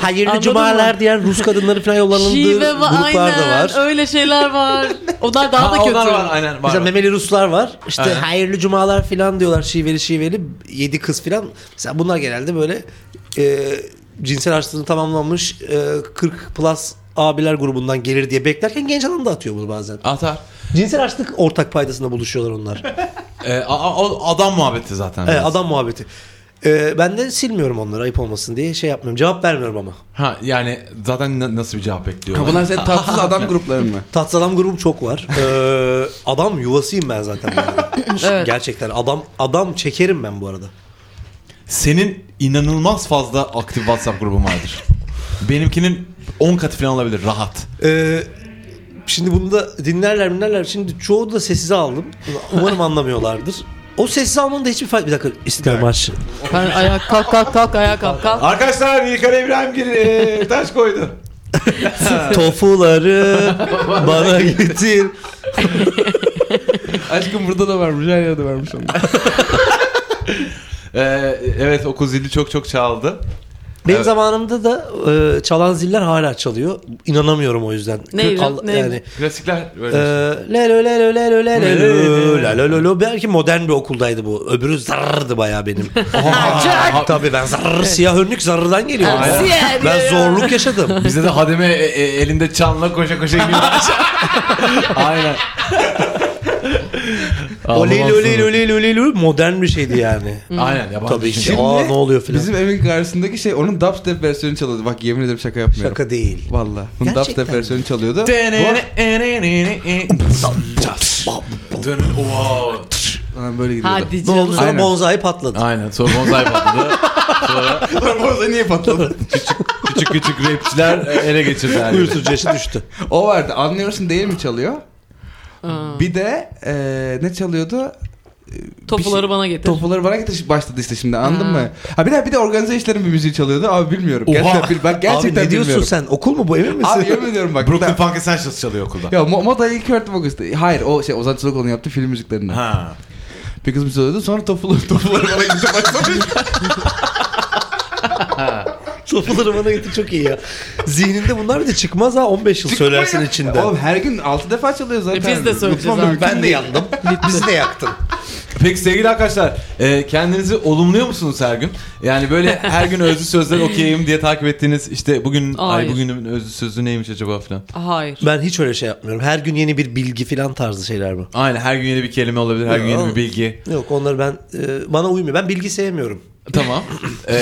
[SPEAKER 5] Hayırlı
[SPEAKER 3] Anladın
[SPEAKER 5] cumalar
[SPEAKER 3] mı?
[SPEAKER 5] diyen Rus kadınları falan yollanıldığı
[SPEAKER 3] şive va-
[SPEAKER 5] gruplar da
[SPEAKER 3] aynen
[SPEAKER 5] var.
[SPEAKER 3] öyle şeyler var. Onlar daha da
[SPEAKER 2] Ha,
[SPEAKER 3] kötü.
[SPEAKER 2] onlar var aynen var.
[SPEAKER 5] Mesela memeli Ruslar var. İşte
[SPEAKER 2] Aynen.
[SPEAKER 5] hayırlı cumalar filan diyorlar şiveli şiveli. Yedi kız filan. Mesela bunlar genelde böyle e, cinsel harçlığını tamamlanmış e, 40 plus abiler grubundan gelir diye beklerken genç adam da atıyor bunu bazen.
[SPEAKER 2] Atar.
[SPEAKER 5] Cinsel açlık ortak paydasında buluşuyorlar onlar.
[SPEAKER 2] Ee, a- a- o adam muhabbeti zaten.
[SPEAKER 5] Evet,
[SPEAKER 2] biraz.
[SPEAKER 5] adam muhabbeti. Ee, ben de silmiyorum onları ayıp olmasın diye şey yapmıyorum. Cevap vermiyorum ama.
[SPEAKER 2] Ha yani zaten na- nasıl bir cevap bekliyor?
[SPEAKER 4] Ha, bunlar senin tatsız
[SPEAKER 5] <laughs>
[SPEAKER 4] adam grupların mı?
[SPEAKER 5] Tatsız adam grubum çok var. Ee, adam yuvasıyım ben zaten. bu arada.
[SPEAKER 3] Evet.
[SPEAKER 5] Gerçekten adam adam çekerim ben bu arada.
[SPEAKER 2] Senin inanılmaz fazla aktif WhatsApp grubun vardır. Benimkinin 10 katı falan olabilir rahat.
[SPEAKER 5] Ee, şimdi bunu da dinlerler dinlerler. Şimdi çoğu da sessize aldım. Umarım anlamıyorlardır. O sessize almanın da hiçbir fayda... Bir dakika İstiklal Marşı.
[SPEAKER 3] Ben ayağa kalk kalk kalk ayağa kalk kalk.
[SPEAKER 2] Arkadaşlar İlker İbrahimgil <laughs> e, taş koydu.
[SPEAKER 5] Tofuları <laughs> bana getir.
[SPEAKER 4] Aşkım burada da varmış her yerde varmış onlar.
[SPEAKER 2] Ee, evet okul zili çok çok çaldı.
[SPEAKER 5] Benim
[SPEAKER 2] Evet.
[SPEAKER 5] zamanımda da e, çalan ziller hala çalıyor. İnanamıyorum o yüzden.
[SPEAKER 3] Ne
[SPEAKER 5] Kö-
[SPEAKER 3] ya?
[SPEAKER 5] Allah-
[SPEAKER 3] Ne?
[SPEAKER 5] Yani
[SPEAKER 2] Klasikler
[SPEAKER 5] Ee,
[SPEAKER 2] böyle.
[SPEAKER 5] lelo lelo lelo lelo lelo lelo belki modern bir okuldaydı bu. Öbürü zarrdı
[SPEAKER 3] <laughs>
[SPEAKER 5] bayağı benim. Tabii ben zarr siyah önlük zarrdan geliyor.
[SPEAKER 3] Aynen. Siyah
[SPEAKER 5] ben
[SPEAKER 3] diyor. <laughs>
[SPEAKER 5] zorluk yaşadım.
[SPEAKER 2] Bize de hademe e, e, elinde çanla koşa koşa
[SPEAKER 5] <laughs>
[SPEAKER 2] gidiyor. Aynen.
[SPEAKER 5] Oley
[SPEAKER 2] Ağlamam
[SPEAKER 5] oley
[SPEAKER 2] sana.
[SPEAKER 5] oley oley oley modern bir şeydi yani.
[SPEAKER 2] Aynen yabancı şey.
[SPEAKER 5] Tabii
[SPEAKER 2] çünkü.
[SPEAKER 5] ki. Aa ne oluyor filan.
[SPEAKER 4] Bizim evin karşısındaki şey onun dubstep versiyonu çalıyordu. Bak yemin ederim şaka yapmıyorum.
[SPEAKER 5] Şaka değil.
[SPEAKER 4] Valla. Bunun dubstep
[SPEAKER 5] Gerçekten
[SPEAKER 4] versiyonu çalıyordu.
[SPEAKER 2] Dön- Wow.
[SPEAKER 4] Bu- Lan böyle gidiyordu.
[SPEAKER 3] Hadi
[SPEAKER 5] Ne
[SPEAKER 3] canım.
[SPEAKER 5] oldu sonra
[SPEAKER 2] Aynen.
[SPEAKER 5] bonzai patladı.
[SPEAKER 2] Aynen. Sonra bonsai patladı. Sonra
[SPEAKER 4] Borsa niye patladı?
[SPEAKER 2] küçük küçük rapçiler e, ele geçirdi her yeri.
[SPEAKER 5] Uyuşturucu yaşı düştü.
[SPEAKER 4] o vardı. Anlıyorsun değil mi çalıyor?
[SPEAKER 3] Aa,
[SPEAKER 4] Bir de e, ne çalıyordu?
[SPEAKER 3] topuları bana getir.
[SPEAKER 4] Topuları bana getir başladı işte şimdi anladın
[SPEAKER 3] Ha.
[SPEAKER 4] mı? Ha bir de bir de organize işlerin bir müziği çalıyordu. Abi bilmiyorum. Gerçekten bil, bak gerçekten
[SPEAKER 5] Abi ne diyorsun
[SPEAKER 4] bilmiyorum.
[SPEAKER 5] sen? Okul mu bu emin misin?
[SPEAKER 4] Abi yemin ediyorum bak.
[SPEAKER 2] Brooklyn
[SPEAKER 4] Ben-
[SPEAKER 2] Funk Essentials çalıyor okulda.
[SPEAKER 4] Ya Mo- modayı ilk öğrettim o işte. Hayır o şey Ozan Çolakoğlu'nun yaptığı film müziklerinden.
[SPEAKER 2] Ha.
[SPEAKER 4] Bir kızım söyledi sonra topuları topuları bana gitti başlamış.
[SPEAKER 5] <laughs> Sopaları bana getir çok iyi ya. Zihninde bunlar bir de çıkmaz ha 15 yıl söylersin içinde.
[SPEAKER 4] Oğlum her gün 6 defa çalıyor zaten.
[SPEAKER 3] E, biz de söyleyeceğiz
[SPEAKER 4] Unutmam
[SPEAKER 3] abi.
[SPEAKER 4] mümkün
[SPEAKER 5] ben de
[SPEAKER 4] değil.
[SPEAKER 5] yandım. Bizi de yaktın.
[SPEAKER 2] Peki sevgili arkadaşlar e, kendinizi olumluyor musunuz her gün? Yani böyle her gün özlü sözler okuyayım diye takip ettiğiniz işte bugün ay
[SPEAKER 3] Hayır.
[SPEAKER 2] bugünün özlü sözü neymiş acaba filan.
[SPEAKER 3] Hayır.
[SPEAKER 5] Ben hiç öyle şey yapmıyorum. Her gün yeni bir bilgi filan tarzı şeyler mi?
[SPEAKER 2] Aynen her gün yeni bir kelime olabilir her gün yeni bir bilgi.
[SPEAKER 5] Yok onları ben e, bana uymuyor. Ben bilgi sevmiyorum.
[SPEAKER 2] Tamam. e,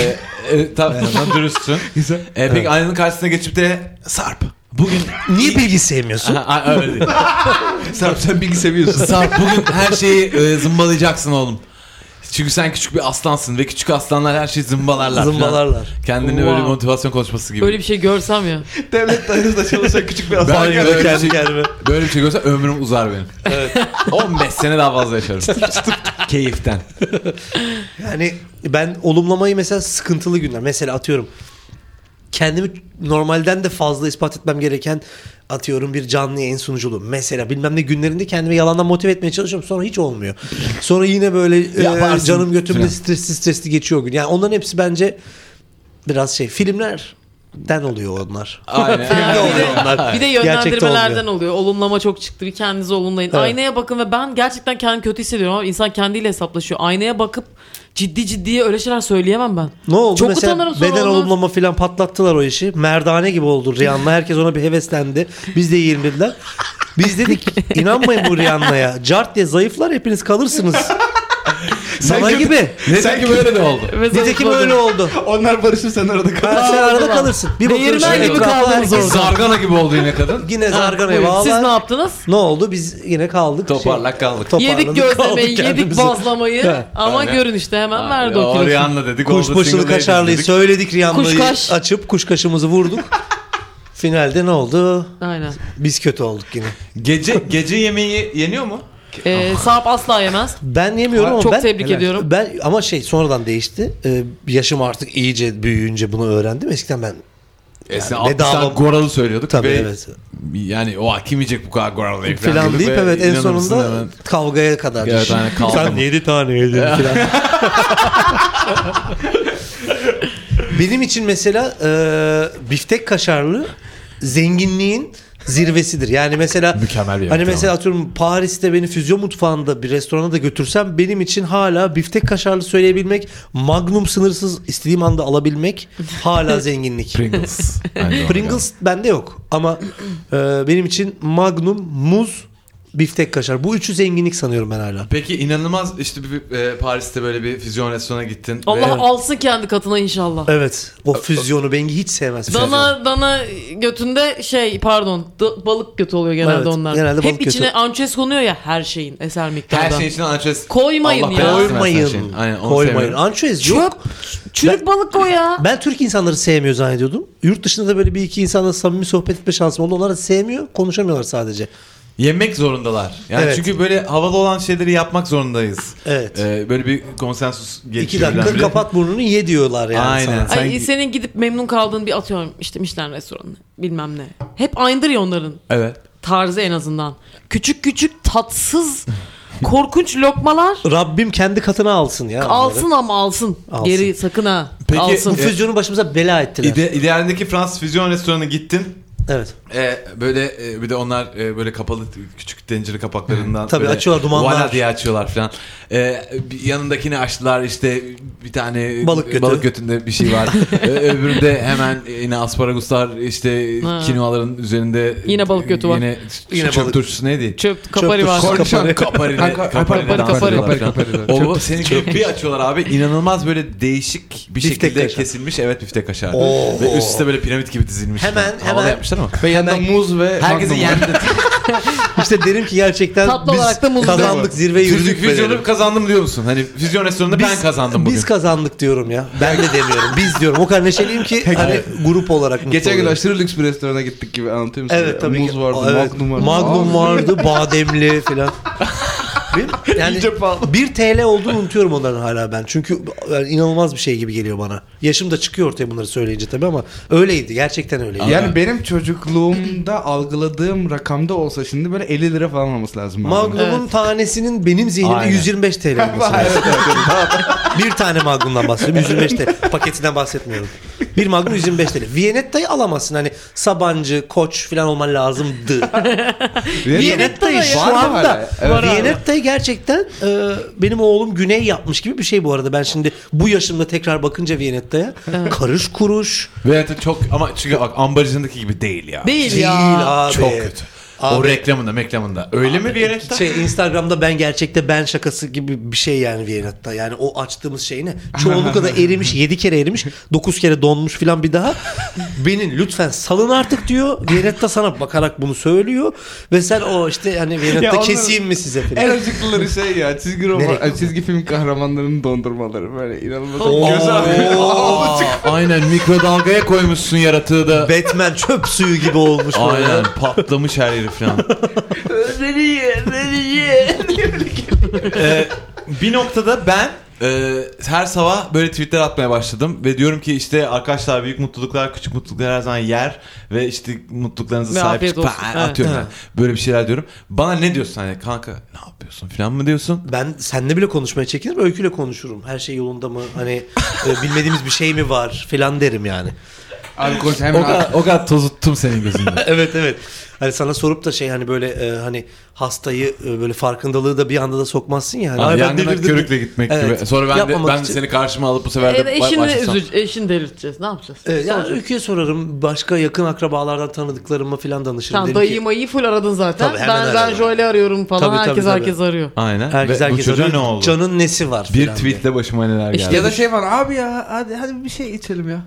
[SPEAKER 2] e, tamam <laughs> dürüstsün.
[SPEAKER 4] Güzel.
[SPEAKER 2] E, peki aynanın karşısına geçip de Sarp bugün
[SPEAKER 5] Niye bilgi sevmiyorsun?
[SPEAKER 2] Ha, ha, öyle değil.
[SPEAKER 4] Sarp sen bilgi seviyorsun.
[SPEAKER 2] Sarp bugün her şeyi e, zımbalayacaksın oğlum. Çünkü sen küçük bir aslansın ve küçük aslanlar her şeyi zımbalarlar. filan.
[SPEAKER 5] Zımbalarlar.
[SPEAKER 2] Kendini
[SPEAKER 3] Wow.
[SPEAKER 2] öyle bir motivasyon konuşması gibi.
[SPEAKER 3] Böyle bir şey görsem ya.
[SPEAKER 4] Devlet dairesinde çalışan küçük bir
[SPEAKER 2] Ben
[SPEAKER 4] adam.
[SPEAKER 2] böyle
[SPEAKER 5] Böyle
[SPEAKER 2] bir
[SPEAKER 5] kendi
[SPEAKER 2] şey-
[SPEAKER 5] kendime.
[SPEAKER 2] Böyle bir şey görse ömrüm uzar benim. <laughs> 15 sene daha fazla yaşarım. Keyiften.
[SPEAKER 5] Yani ben olumlamayı mesela sıkıntılı günler. Mesela atıyorum kendimi normalden de fazla ispat etmem gereken atıyorum bir canlı yayın sunuculuğu. Mesela bilmem ne günlerinde kendimi yalandan motive etmeye çalışıyorum. Sonra hiç olmuyor. Sonra yine böyle e,
[SPEAKER 2] Yaparsın
[SPEAKER 5] canım götümde
[SPEAKER 2] filan.
[SPEAKER 5] stresli stresli geçiyor o gün. Yani onların hepsi bence biraz şey filmlerden oluyor onlar.
[SPEAKER 2] Aynen.
[SPEAKER 5] Filmde
[SPEAKER 3] bir de-
[SPEAKER 5] oluyor onlar.
[SPEAKER 3] Bir de
[SPEAKER 5] Gerçekte
[SPEAKER 3] yönlendirmelerden
[SPEAKER 5] olmuyor.
[SPEAKER 3] oluyor. Olumlama çok çıktı. Bir kendinize olumlayın.
[SPEAKER 5] Evet.
[SPEAKER 3] Aynaya bakın ve ben gerçekten kendimi kötü hissediyorum ama insan kendiyle hesaplaşıyor. Aynaya bakıp ciddi ciddiye öyle şeyler söyleyemem ben.
[SPEAKER 5] Ne oldu
[SPEAKER 3] Çok
[SPEAKER 5] mesela
[SPEAKER 3] utanırım sonra
[SPEAKER 5] beden
[SPEAKER 3] ona.
[SPEAKER 5] olumlama falan patlattılar o işi. Merdane gibi oldu Rihanna. Herkes ona bir heveslendi. Biz de yiyelim dediler. Biz dedik inanmayın bu Rihanna'ya. Cart diye zayıflar hepiniz kalırsınız. Sana
[SPEAKER 4] kötü-
[SPEAKER 5] gibi.
[SPEAKER 2] Ne sanki böyle de oldu.
[SPEAKER 3] Ve
[SPEAKER 5] Nitekim
[SPEAKER 3] zayıfladım.
[SPEAKER 5] öyle oldu.
[SPEAKER 4] Onlar barışır sen arada kal.
[SPEAKER 5] Ha, Sen
[SPEAKER 3] Allah
[SPEAKER 5] arada
[SPEAKER 3] Allah.
[SPEAKER 5] kalırsın. Bir
[SPEAKER 3] Değirmen
[SPEAKER 5] bakıyorsun
[SPEAKER 2] gibi
[SPEAKER 5] etrafa
[SPEAKER 3] kaldınız
[SPEAKER 5] herkes-
[SPEAKER 3] orada.
[SPEAKER 2] Zargana gibi oldu yine kadın.
[SPEAKER 5] Yine zargana
[SPEAKER 3] Buyurun,
[SPEAKER 5] bağlar.
[SPEAKER 3] Siz ne yaptınız?
[SPEAKER 5] Ne oldu? Biz yine kaldık. Şey-
[SPEAKER 2] Toparlak kaldık.
[SPEAKER 5] Toparladık,
[SPEAKER 3] Yedik
[SPEAKER 5] kaldık
[SPEAKER 3] gözlemeyi, yedik
[SPEAKER 5] kendimizi.
[SPEAKER 3] bazlamayı
[SPEAKER 5] Ha.
[SPEAKER 3] ama
[SPEAKER 2] Aynen.
[SPEAKER 3] görünüşte hemen verdi o kilosunu.
[SPEAKER 2] Rihanna dedik. oldu, single
[SPEAKER 5] Kuşbaşılı
[SPEAKER 2] ladies
[SPEAKER 5] kaşarlıyı
[SPEAKER 2] dedik.
[SPEAKER 5] söyledik Rihanna'yı
[SPEAKER 3] Kuşkaş.
[SPEAKER 5] açıp kuşkaşımızı vurduk. <laughs> Finalde ne oldu?
[SPEAKER 3] Aynen.
[SPEAKER 5] Biz kötü olduk yine.
[SPEAKER 2] Gece, gece yemeği yeniyor mu?
[SPEAKER 3] Ee, Sarp asla yemez.
[SPEAKER 5] Ben yemiyorum ama
[SPEAKER 3] Çok
[SPEAKER 5] ben,
[SPEAKER 3] tebrik ediyorum.
[SPEAKER 5] Ben ama şey sonradan değişti. Ee, yaşım artık iyice büyüyünce bunu öğrendim. Eskiden ben
[SPEAKER 2] Eskiden
[SPEAKER 5] Yani
[SPEAKER 2] 60 tane
[SPEAKER 5] bedava-
[SPEAKER 2] goralı söylüyorduk.
[SPEAKER 5] tabii
[SPEAKER 2] ve
[SPEAKER 5] evet
[SPEAKER 2] Yani o kim yiyecek bu kadar goralı
[SPEAKER 5] falan deyip evet en sonunda kavgaya kadar
[SPEAKER 2] Evet,
[SPEAKER 5] düştüm.
[SPEAKER 2] aynen, kavga
[SPEAKER 5] Sen
[SPEAKER 2] mı?
[SPEAKER 5] 7 tane yedin falan. <laughs> Benim için mesela e, biftek kaşarlı zenginliğin zirvesidir. Yani mesela
[SPEAKER 2] Mükemmel bir
[SPEAKER 5] Hani
[SPEAKER 2] yemek
[SPEAKER 5] mesela atıyorum Paris'te beni füzyon mutfağında bir restorana da götürsem benim için hala biftek kaşarlı söyleyebilmek, magnum sınırsız istediğim anda alabilmek <laughs> hala zenginlik. <laughs>
[SPEAKER 2] Pringles.
[SPEAKER 5] Pringles bende yok ama e, benim için magnum, muz, biftek kaşar. Bu üçü zenginlik sanıyorum ben hala.
[SPEAKER 2] Peki inanılmaz işte bir, bir, e, Paris'te böyle bir füzyon restorana gittin.
[SPEAKER 3] Allah
[SPEAKER 2] ve-
[SPEAKER 3] alsın kendi katına inşallah.
[SPEAKER 5] Evet. O füzyonu Bengi hiç sevmez. füzyon.
[SPEAKER 3] Dana dana götünde şey pardon da- balık götü oluyor genelde
[SPEAKER 5] Evet,
[SPEAKER 3] onlar.
[SPEAKER 5] genelde
[SPEAKER 3] Hep
[SPEAKER 5] balık götü. şey-
[SPEAKER 3] içine ançez konuyor ya her şeyin eser miktarda.
[SPEAKER 2] her şeyin içine ançes.
[SPEAKER 3] Koymayın ya.
[SPEAKER 2] belasını versin her
[SPEAKER 5] Koymayın.
[SPEAKER 2] şeyin. Aynen, onu
[SPEAKER 5] Koymayın.
[SPEAKER 2] sevmiyorum.
[SPEAKER 5] Ançez
[SPEAKER 3] Çöp.
[SPEAKER 5] yok.
[SPEAKER 3] Çürük balık o ya.
[SPEAKER 5] Ben Türk insanları sevmiyor zannediyordum. Yurt dışında da böyle bir iki insanla samimi sohbet etme şansım oldu. Onlar da sevmiyor. Konuşamıyorlar sadece.
[SPEAKER 2] Yemek zorundalar. Yani
[SPEAKER 5] Evet.
[SPEAKER 2] çünkü böyle havalı olan şeyleri yapmak zorundayız.
[SPEAKER 5] Evet.
[SPEAKER 2] Ee, böyle bir konsensus gelişiyor.
[SPEAKER 5] İki
[SPEAKER 2] birdenbire.
[SPEAKER 5] dakika kapat burnunu ye diyorlar yani
[SPEAKER 2] Aynen.
[SPEAKER 5] sana.
[SPEAKER 2] Sen
[SPEAKER 3] Ay,
[SPEAKER 2] gi-
[SPEAKER 3] senin gidip memnun kaldığın bir atıyorum işte Michelin restoranı bilmem ne. Hep aynıdır ya onların
[SPEAKER 2] Evet.
[SPEAKER 3] tarzı en azından. Küçük küçük
[SPEAKER 5] <laughs>
[SPEAKER 3] tatsız korkunç lokmalar
[SPEAKER 5] Rabbim kendi katına alsın ya. onları.
[SPEAKER 3] alsın ama alsın.
[SPEAKER 5] Alsın.
[SPEAKER 3] Geri sakın ha.
[SPEAKER 2] Peki,
[SPEAKER 5] Bu
[SPEAKER 3] alsın.
[SPEAKER 5] füzyonu başımıza bela ettiler.
[SPEAKER 2] İde, idealindeki Fransız füzyon restoranına gittin.
[SPEAKER 5] evet.
[SPEAKER 2] Ee, böyle e, bir de onlar e, böyle kapalı t- küçük tencere kapaklarından
[SPEAKER 5] Tabii,
[SPEAKER 2] böyle
[SPEAKER 5] açıyorlar, dumanlar.
[SPEAKER 2] Vala diye açıyorlar falan. Ee, bir- yanındakini açtılar işte bir tane
[SPEAKER 5] Balık götü.
[SPEAKER 2] götünde bir şey
[SPEAKER 5] <laughs>
[SPEAKER 2] var. ee, öbüründe hemen e, yine asparaguslar işte
[SPEAKER 3] Ha.
[SPEAKER 2] kinoaların üzerinde
[SPEAKER 3] Yine balık götü var.
[SPEAKER 2] Yine,
[SPEAKER 5] Yine
[SPEAKER 2] çöp
[SPEAKER 5] balık.
[SPEAKER 2] turşusu neydi?
[SPEAKER 3] Çöp kapari var.
[SPEAKER 5] Kork-
[SPEAKER 2] Kornişon kaparini.
[SPEAKER 4] Ha, ka-
[SPEAKER 2] kaparini
[SPEAKER 3] kapari,
[SPEAKER 2] dans
[SPEAKER 3] kapari,
[SPEAKER 2] ediyorlar
[SPEAKER 4] kapari,
[SPEAKER 2] falan.
[SPEAKER 4] kapari.
[SPEAKER 2] O seni köprüyü açıyorlar abi. İnanılmaz böyle değişik bir
[SPEAKER 5] Biftek
[SPEAKER 2] şekilde
[SPEAKER 5] kaşar.
[SPEAKER 2] kesilmiş. Evet biftek kaşar.
[SPEAKER 5] Oo.
[SPEAKER 2] Ve üst üste böyle piramit gibi dizilmiş.
[SPEAKER 5] Hemen,
[SPEAKER 2] falan. Havada
[SPEAKER 5] hemen.
[SPEAKER 2] yapmışlar ama.
[SPEAKER 4] Ve yanında muz ve
[SPEAKER 2] Herkesin
[SPEAKER 4] magnum var.
[SPEAKER 2] yerinde
[SPEAKER 5] işte derim ki gerçekten
[SPEAKER 3] Tatlı
[SPEAKER 5] biz
[SPEAKER 3] olarak da mutlu.
[SPEAKER 5] kazandık zirveye
[SPEAKER 2] Türk
[SPEAKER 5] yürüdük be derim.
[SPEAKER 2] vizyonu kazandım diyor musun? Hani vizyon esnasında ben kazandım bugün.
[SPEAKER 5] Biz kazandık diyorum ya. Ben de demiyorum. Biz diyorum. O kadar neşeliyim ki hani grup olarak mutlu
[SPEAKER 4] Geçen gün
[SPEAKER 5] oluyorum.
[SPEAKER 4] aşırı lüks bir restorana gittik gibi anlatıyor musun?
[SPEAKER 5] Evet tabii
[SPEAKER 4] Muz
[SPEAKER 5] ki.
[SPEAKER 4] vardı,
[SPEAKER 5] Aa, evet.
[SPEAKER 4] Magnum vardı.
[SPEAKER 5] Magnum
[SPEAKER 4] Aa,
[SPEAKER 5] vardı, bademli falan.
[SPEAKER 4] <laughs>
[SPEAKER 5] Bir- yani
[SPEAKER 4] İyice pahalı.
[SPEAKER 5] 1 TL olduğunu unutuyorum onların hala ben. Çünkü yani inanılmaz bir şey gibi geliyor bana. Yaşım da çıkıyor ortaya bunları söyleyince tabii ama öyleydi. Gerçekten öyleydi.
[SPEAKER 4] Yani
[SPEAKER 2] Aynen.
[SPEAKER 4] benim çocukluğumda algıladığım rakamda olsa şimdi böyle 50 lira falan olması lazım. <laughs> Magnum.
[SPEAKER 5] Magnum'un tanesinin benim zihnimde
[SPEAKER 2] Aynen.
[SPEAKER 5] 125 TL
[SPEAKER 4] <laughs>
[SPEAKER 5] olması lazım. bir tane Magnum'dan bahsediyorum. 125 TL. Paketinden bahsetmiyorum. Bir Magnum 125 TL. Viennetta'yı alamazsın. Hani Sabancı, Koç falan olman lazımdı. Viennetta'yı şu
[SPEAKER 4] Var mı
[SPEAKER 5] anda.
[SPEAKER 4] hala? Evet.
[SPEAKER 5] Viennetta'yı gerçekten e, benim oğlum Güney yapmış gibi bir şey bu arada. Ben şimdi bu yaşımda tekrar bakınca Viennetta'ya karış kuruş
[SPEAKER 2] Ve çok ama çünkü bak ambalajındaki gibi değil ya.
[SPEAKER 3] Değil,
[SPEAKER 5] değil
[SPEAKER 3] ya.
[SPEAKER 5] abi.
[SPEAKER 2] Çok kötü. O
[SPEAKER 5] Abi.
[SPEAKER 2] reklamında meklamında. Öyle mi bir yönetmen?
[SPEAKER 5] Şey Instagram'da ben gerçekte ben şakası gibi bir şey yani Viyana'da. Yani o açtığımız şey ne? Çoğunlukla da erimiş. 7 kere erimiş. 9 kere donmuş filan bir daha. Beni lütfen salın artık diyor. Viyana'da sana bakarak bunu söylüyor. Ve sen o işte hani
[SPEAKER 4] Ya
[SPEAKER 5] Viyana'da
[SPEAKER 4] onlar-
[SPEAKER 5] keseyim mi size filan.
[SPEAKER 4] En acıklıları şey ya çizgi roman,
[SPEAKER 5] Nereye?
[SPEAKER 4] çizgi film kahramanlarının dondurmaları böyle inanılmaz.
[SPEAKER 5] Oo.
[SPEAKER 4] Göz <laughs> ağrıyor.
[SPEAKER 5] Aa,
[SPEAKER 2] Aynen mikrodalgaya koymuşsun yaratığı da.
[SPEAKER 5] Batman çöp suyu gibi olmuş. böyle.
[SPEAKER 2] Aynen patlamış her yeri falan.
[SPEAKER 3] Seni ye, seni ye.
[SPEAKER 2] Ee, bir noktada ben e, her sabah böyle tweetler atmaya başladım ve diyorum ki işte arkadaşlar büyük mutluluklar küçük mutluluklar her zaman yer ve işte mutluluklarınıza
[SPEAKER 3] Ve
[SPEAKER 2] sahip
[SPEAKER 3] afiyet
[SPEAKER 2] çıkın.
[SPEAKER 3] olsun.
[SPEAKER 2] Ben
[SPEAKER 3] Evet.
[SPEAKER 2] atıyorum yani. böyle bir şeyler diyorum. Bana ne diyorsun hani kanka ne yapıyorsun falan mı diyorsun?
[SPEAKER 5] Ben seninle bile konuşmaya çekinirim. Öyküyle konuşurum. Her şey yolunda mı? Hani e, bilmediğimiz bir şey mi var? Filan derim yani.
[SPEAKER 4] Abi konuş
[SPEAKER 2] O
[SPEAKER 4] hemen.
[SPEAKER 2] kadar, o kadar tozuttum senin <laughs> gözünde.
[SPEAKER 5] <laughs> evet evet. Hani sana sorup da şey hani böyle e, hani hastayı e, böyle farkındalığı da bir anda da sokmazsın ya. Hani,
[SPEAKER 2] Yani
[SPEAKER 5] "Ay, ben
[SPEAKER 2] yangına
[SPEAKER 5] delirdim."
[SPEAKER 2] körükle gitmek
[SPEAKER 5] Evet.
[SPEAKER 2] gibi. Sonra ben de,
[SPEAKER 5] Yapmamak
[SPEAKER 2] ben de
[SPEAKER 5] için.
[SPEAKER 2] seni karşıma alıp bu sefer de
[SPEAKER 3] E, eşini, de
[SPEAKER 2] başlasam.
[SPEAKER 3] üzü- eşini delirteceğiz. Ne yapacağız?
[SPEAKER 5] E, ya
[SPEAKER 3] Soracağız.
[SPEAKER 5] öyküye sorarım. Başka yakın akrabalardan tanıdıklarıma filan danışırım.
[SPEAKER 3] Tamam
[SPEAKER 5] Derim ki,
[SPEAKER 3] dayıyı mayıyı full aradın zaten.
[SPEAKER 5] Tabii, hemen
[SPEAKER 3] ben ben
[SPEAKER 5] aradım.
[SPEAKER 3] Joel'i arıyorum falan.
[SPEAKER 5] Tabii, tabii,
[SPEAKER 3] herkes
[SPEAKER 5] tabii.
[SPEAKER 3] herkes arıyor.
[SPEAKER 2] Aynen.
[SPEAKER 5] herkes
[SPEAKER 2] Ve bu
[SPEAKER 5] herkes
[SPEAKER 2] çocuğa
[SPEAKER 5] arıyor.
[SPEAKER 2] ne oldu?
[SPEAKER 5] Canın nesi var
[SPEAKER 2] bir
[SPEAKER 5] filan diye.
[SPEAKER 2] tweetle başıma neler geldi.
[SPEAKER 3] İşte
[SPEAKER 4] Ya da şey var abi ya hadi hadi bir şey içelim ya.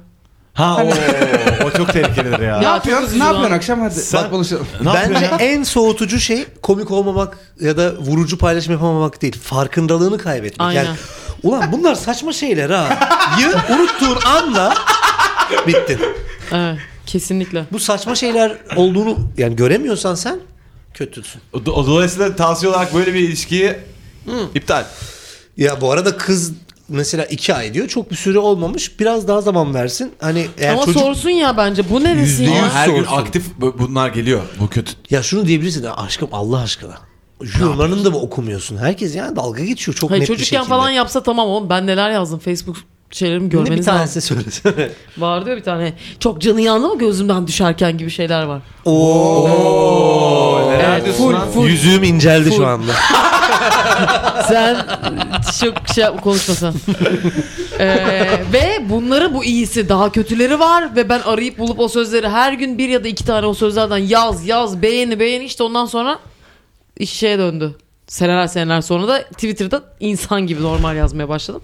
[SPEAKER 2] Ha o, o çok tehlikelidir ya.
[SPEAKER 4] Ne
[SPEAKER 3] Ya, çok
[SPEAKER 4] yapıyorsun?
[SPEAKER 3] üzücü
[SPEAKER 4] Ne yapıyorsun
[SPEAKER 3] lan.
[SPEAKER 4] akşam hadi
[SPEAKER 2] Sen-
[SPEAKER 4] bak buluşalım.
[SPEAKER 2] Ne
[SPEAKER 5] Bence
[SPEAKER 2] yapıyorsun?
[SPEAKER 5] en soğutucu şey komik olmamak ya da vurucu paylaşım yapamamak değil. Farkındalığını kaybetmek.
[SPEAKER 3] Aynen.
[SPEAKER 5] Yani ulan bunlar saçma şeyler ha. Yı unuttuğun anda bittin.
[SPEAKER 3] Evet, kesinlikle.
[SPEAKER 5] Bu saçma şeyler olduğunu yani göremiyorsan sen kötüsün.
[SPEAKER 2] O- do- Dolayısıyla tavsiye olarak böyle bir ilişkiyi iptal.
[SPEAKER 5] Ya bu arada kız mesela iki ay diyor. Çok bir süre olmamış. Biraz daha zaman versin. Hani eğer
[SPEAKER 3] Ama
[SPEAKER 5] çocuk...
[SPEAKER 3] sorsun ya bence. Bu neresi
[SPEAKER 2] Ama
[SPEAKER 3] ya?
[SPEAKER 2] her gün
[SPEAKER 5] soğusun.
[SPEAKER 2] aktif bu- bunlar geliyor. Bu kötü.
[SPEAKER 5] Ya şunu diyebilirsin. ya Aşkım Allah aşkına. Yorumlarını da mı okumuyorsun? Herkes yani dalga geçiyor çok
[SPEAKER 3] Hayır,
[SPEAKER 5] net bir
[SPEAKER 3] çocukken
[SPEAKER 5] şekilde.
[SPEAKER 3] falan yapsa tamam oğlum. Ben neler yazdım Facebook şeylerimi
[SPEAKER 5] Ne bir
[SPEAKER 3] görmeniz lazım.
[SPEAKER 5] tanesi
[SPEAKER 3] <laughs>
[SPEAKER 5] söylesene.
[SPEAKER 3] Var diyor bir tane. Çok canı yandı ama gözümden düşerken gibi şeyler var.
[SPEAKER 2] Neler
[SPEAKER 3] Evet,
[SPEAKER 2] diyorsun
[SPEAKER 3] full,
[SPEAKER 2] lan?
[SPEAKER 3] full.
[SPEAKER 5] Yüzüğüm inceldi
[SPEAKER 3] Full.
[SPEAKER 5] şu anda.
[SPEAKER 3] Sen çok şey yap- konuşmasan. Ee, ve bunları bu iyisi daha kötüleri var ve ben arayıp bulup o sözleri her gün bir ya da iki tane o sözlerden yaz yaz beğeni beğeni işte ondan sonra iş şeye döndü. Seneler seneler sonra da Twitter'da insan gibi normal yazmaya başladım.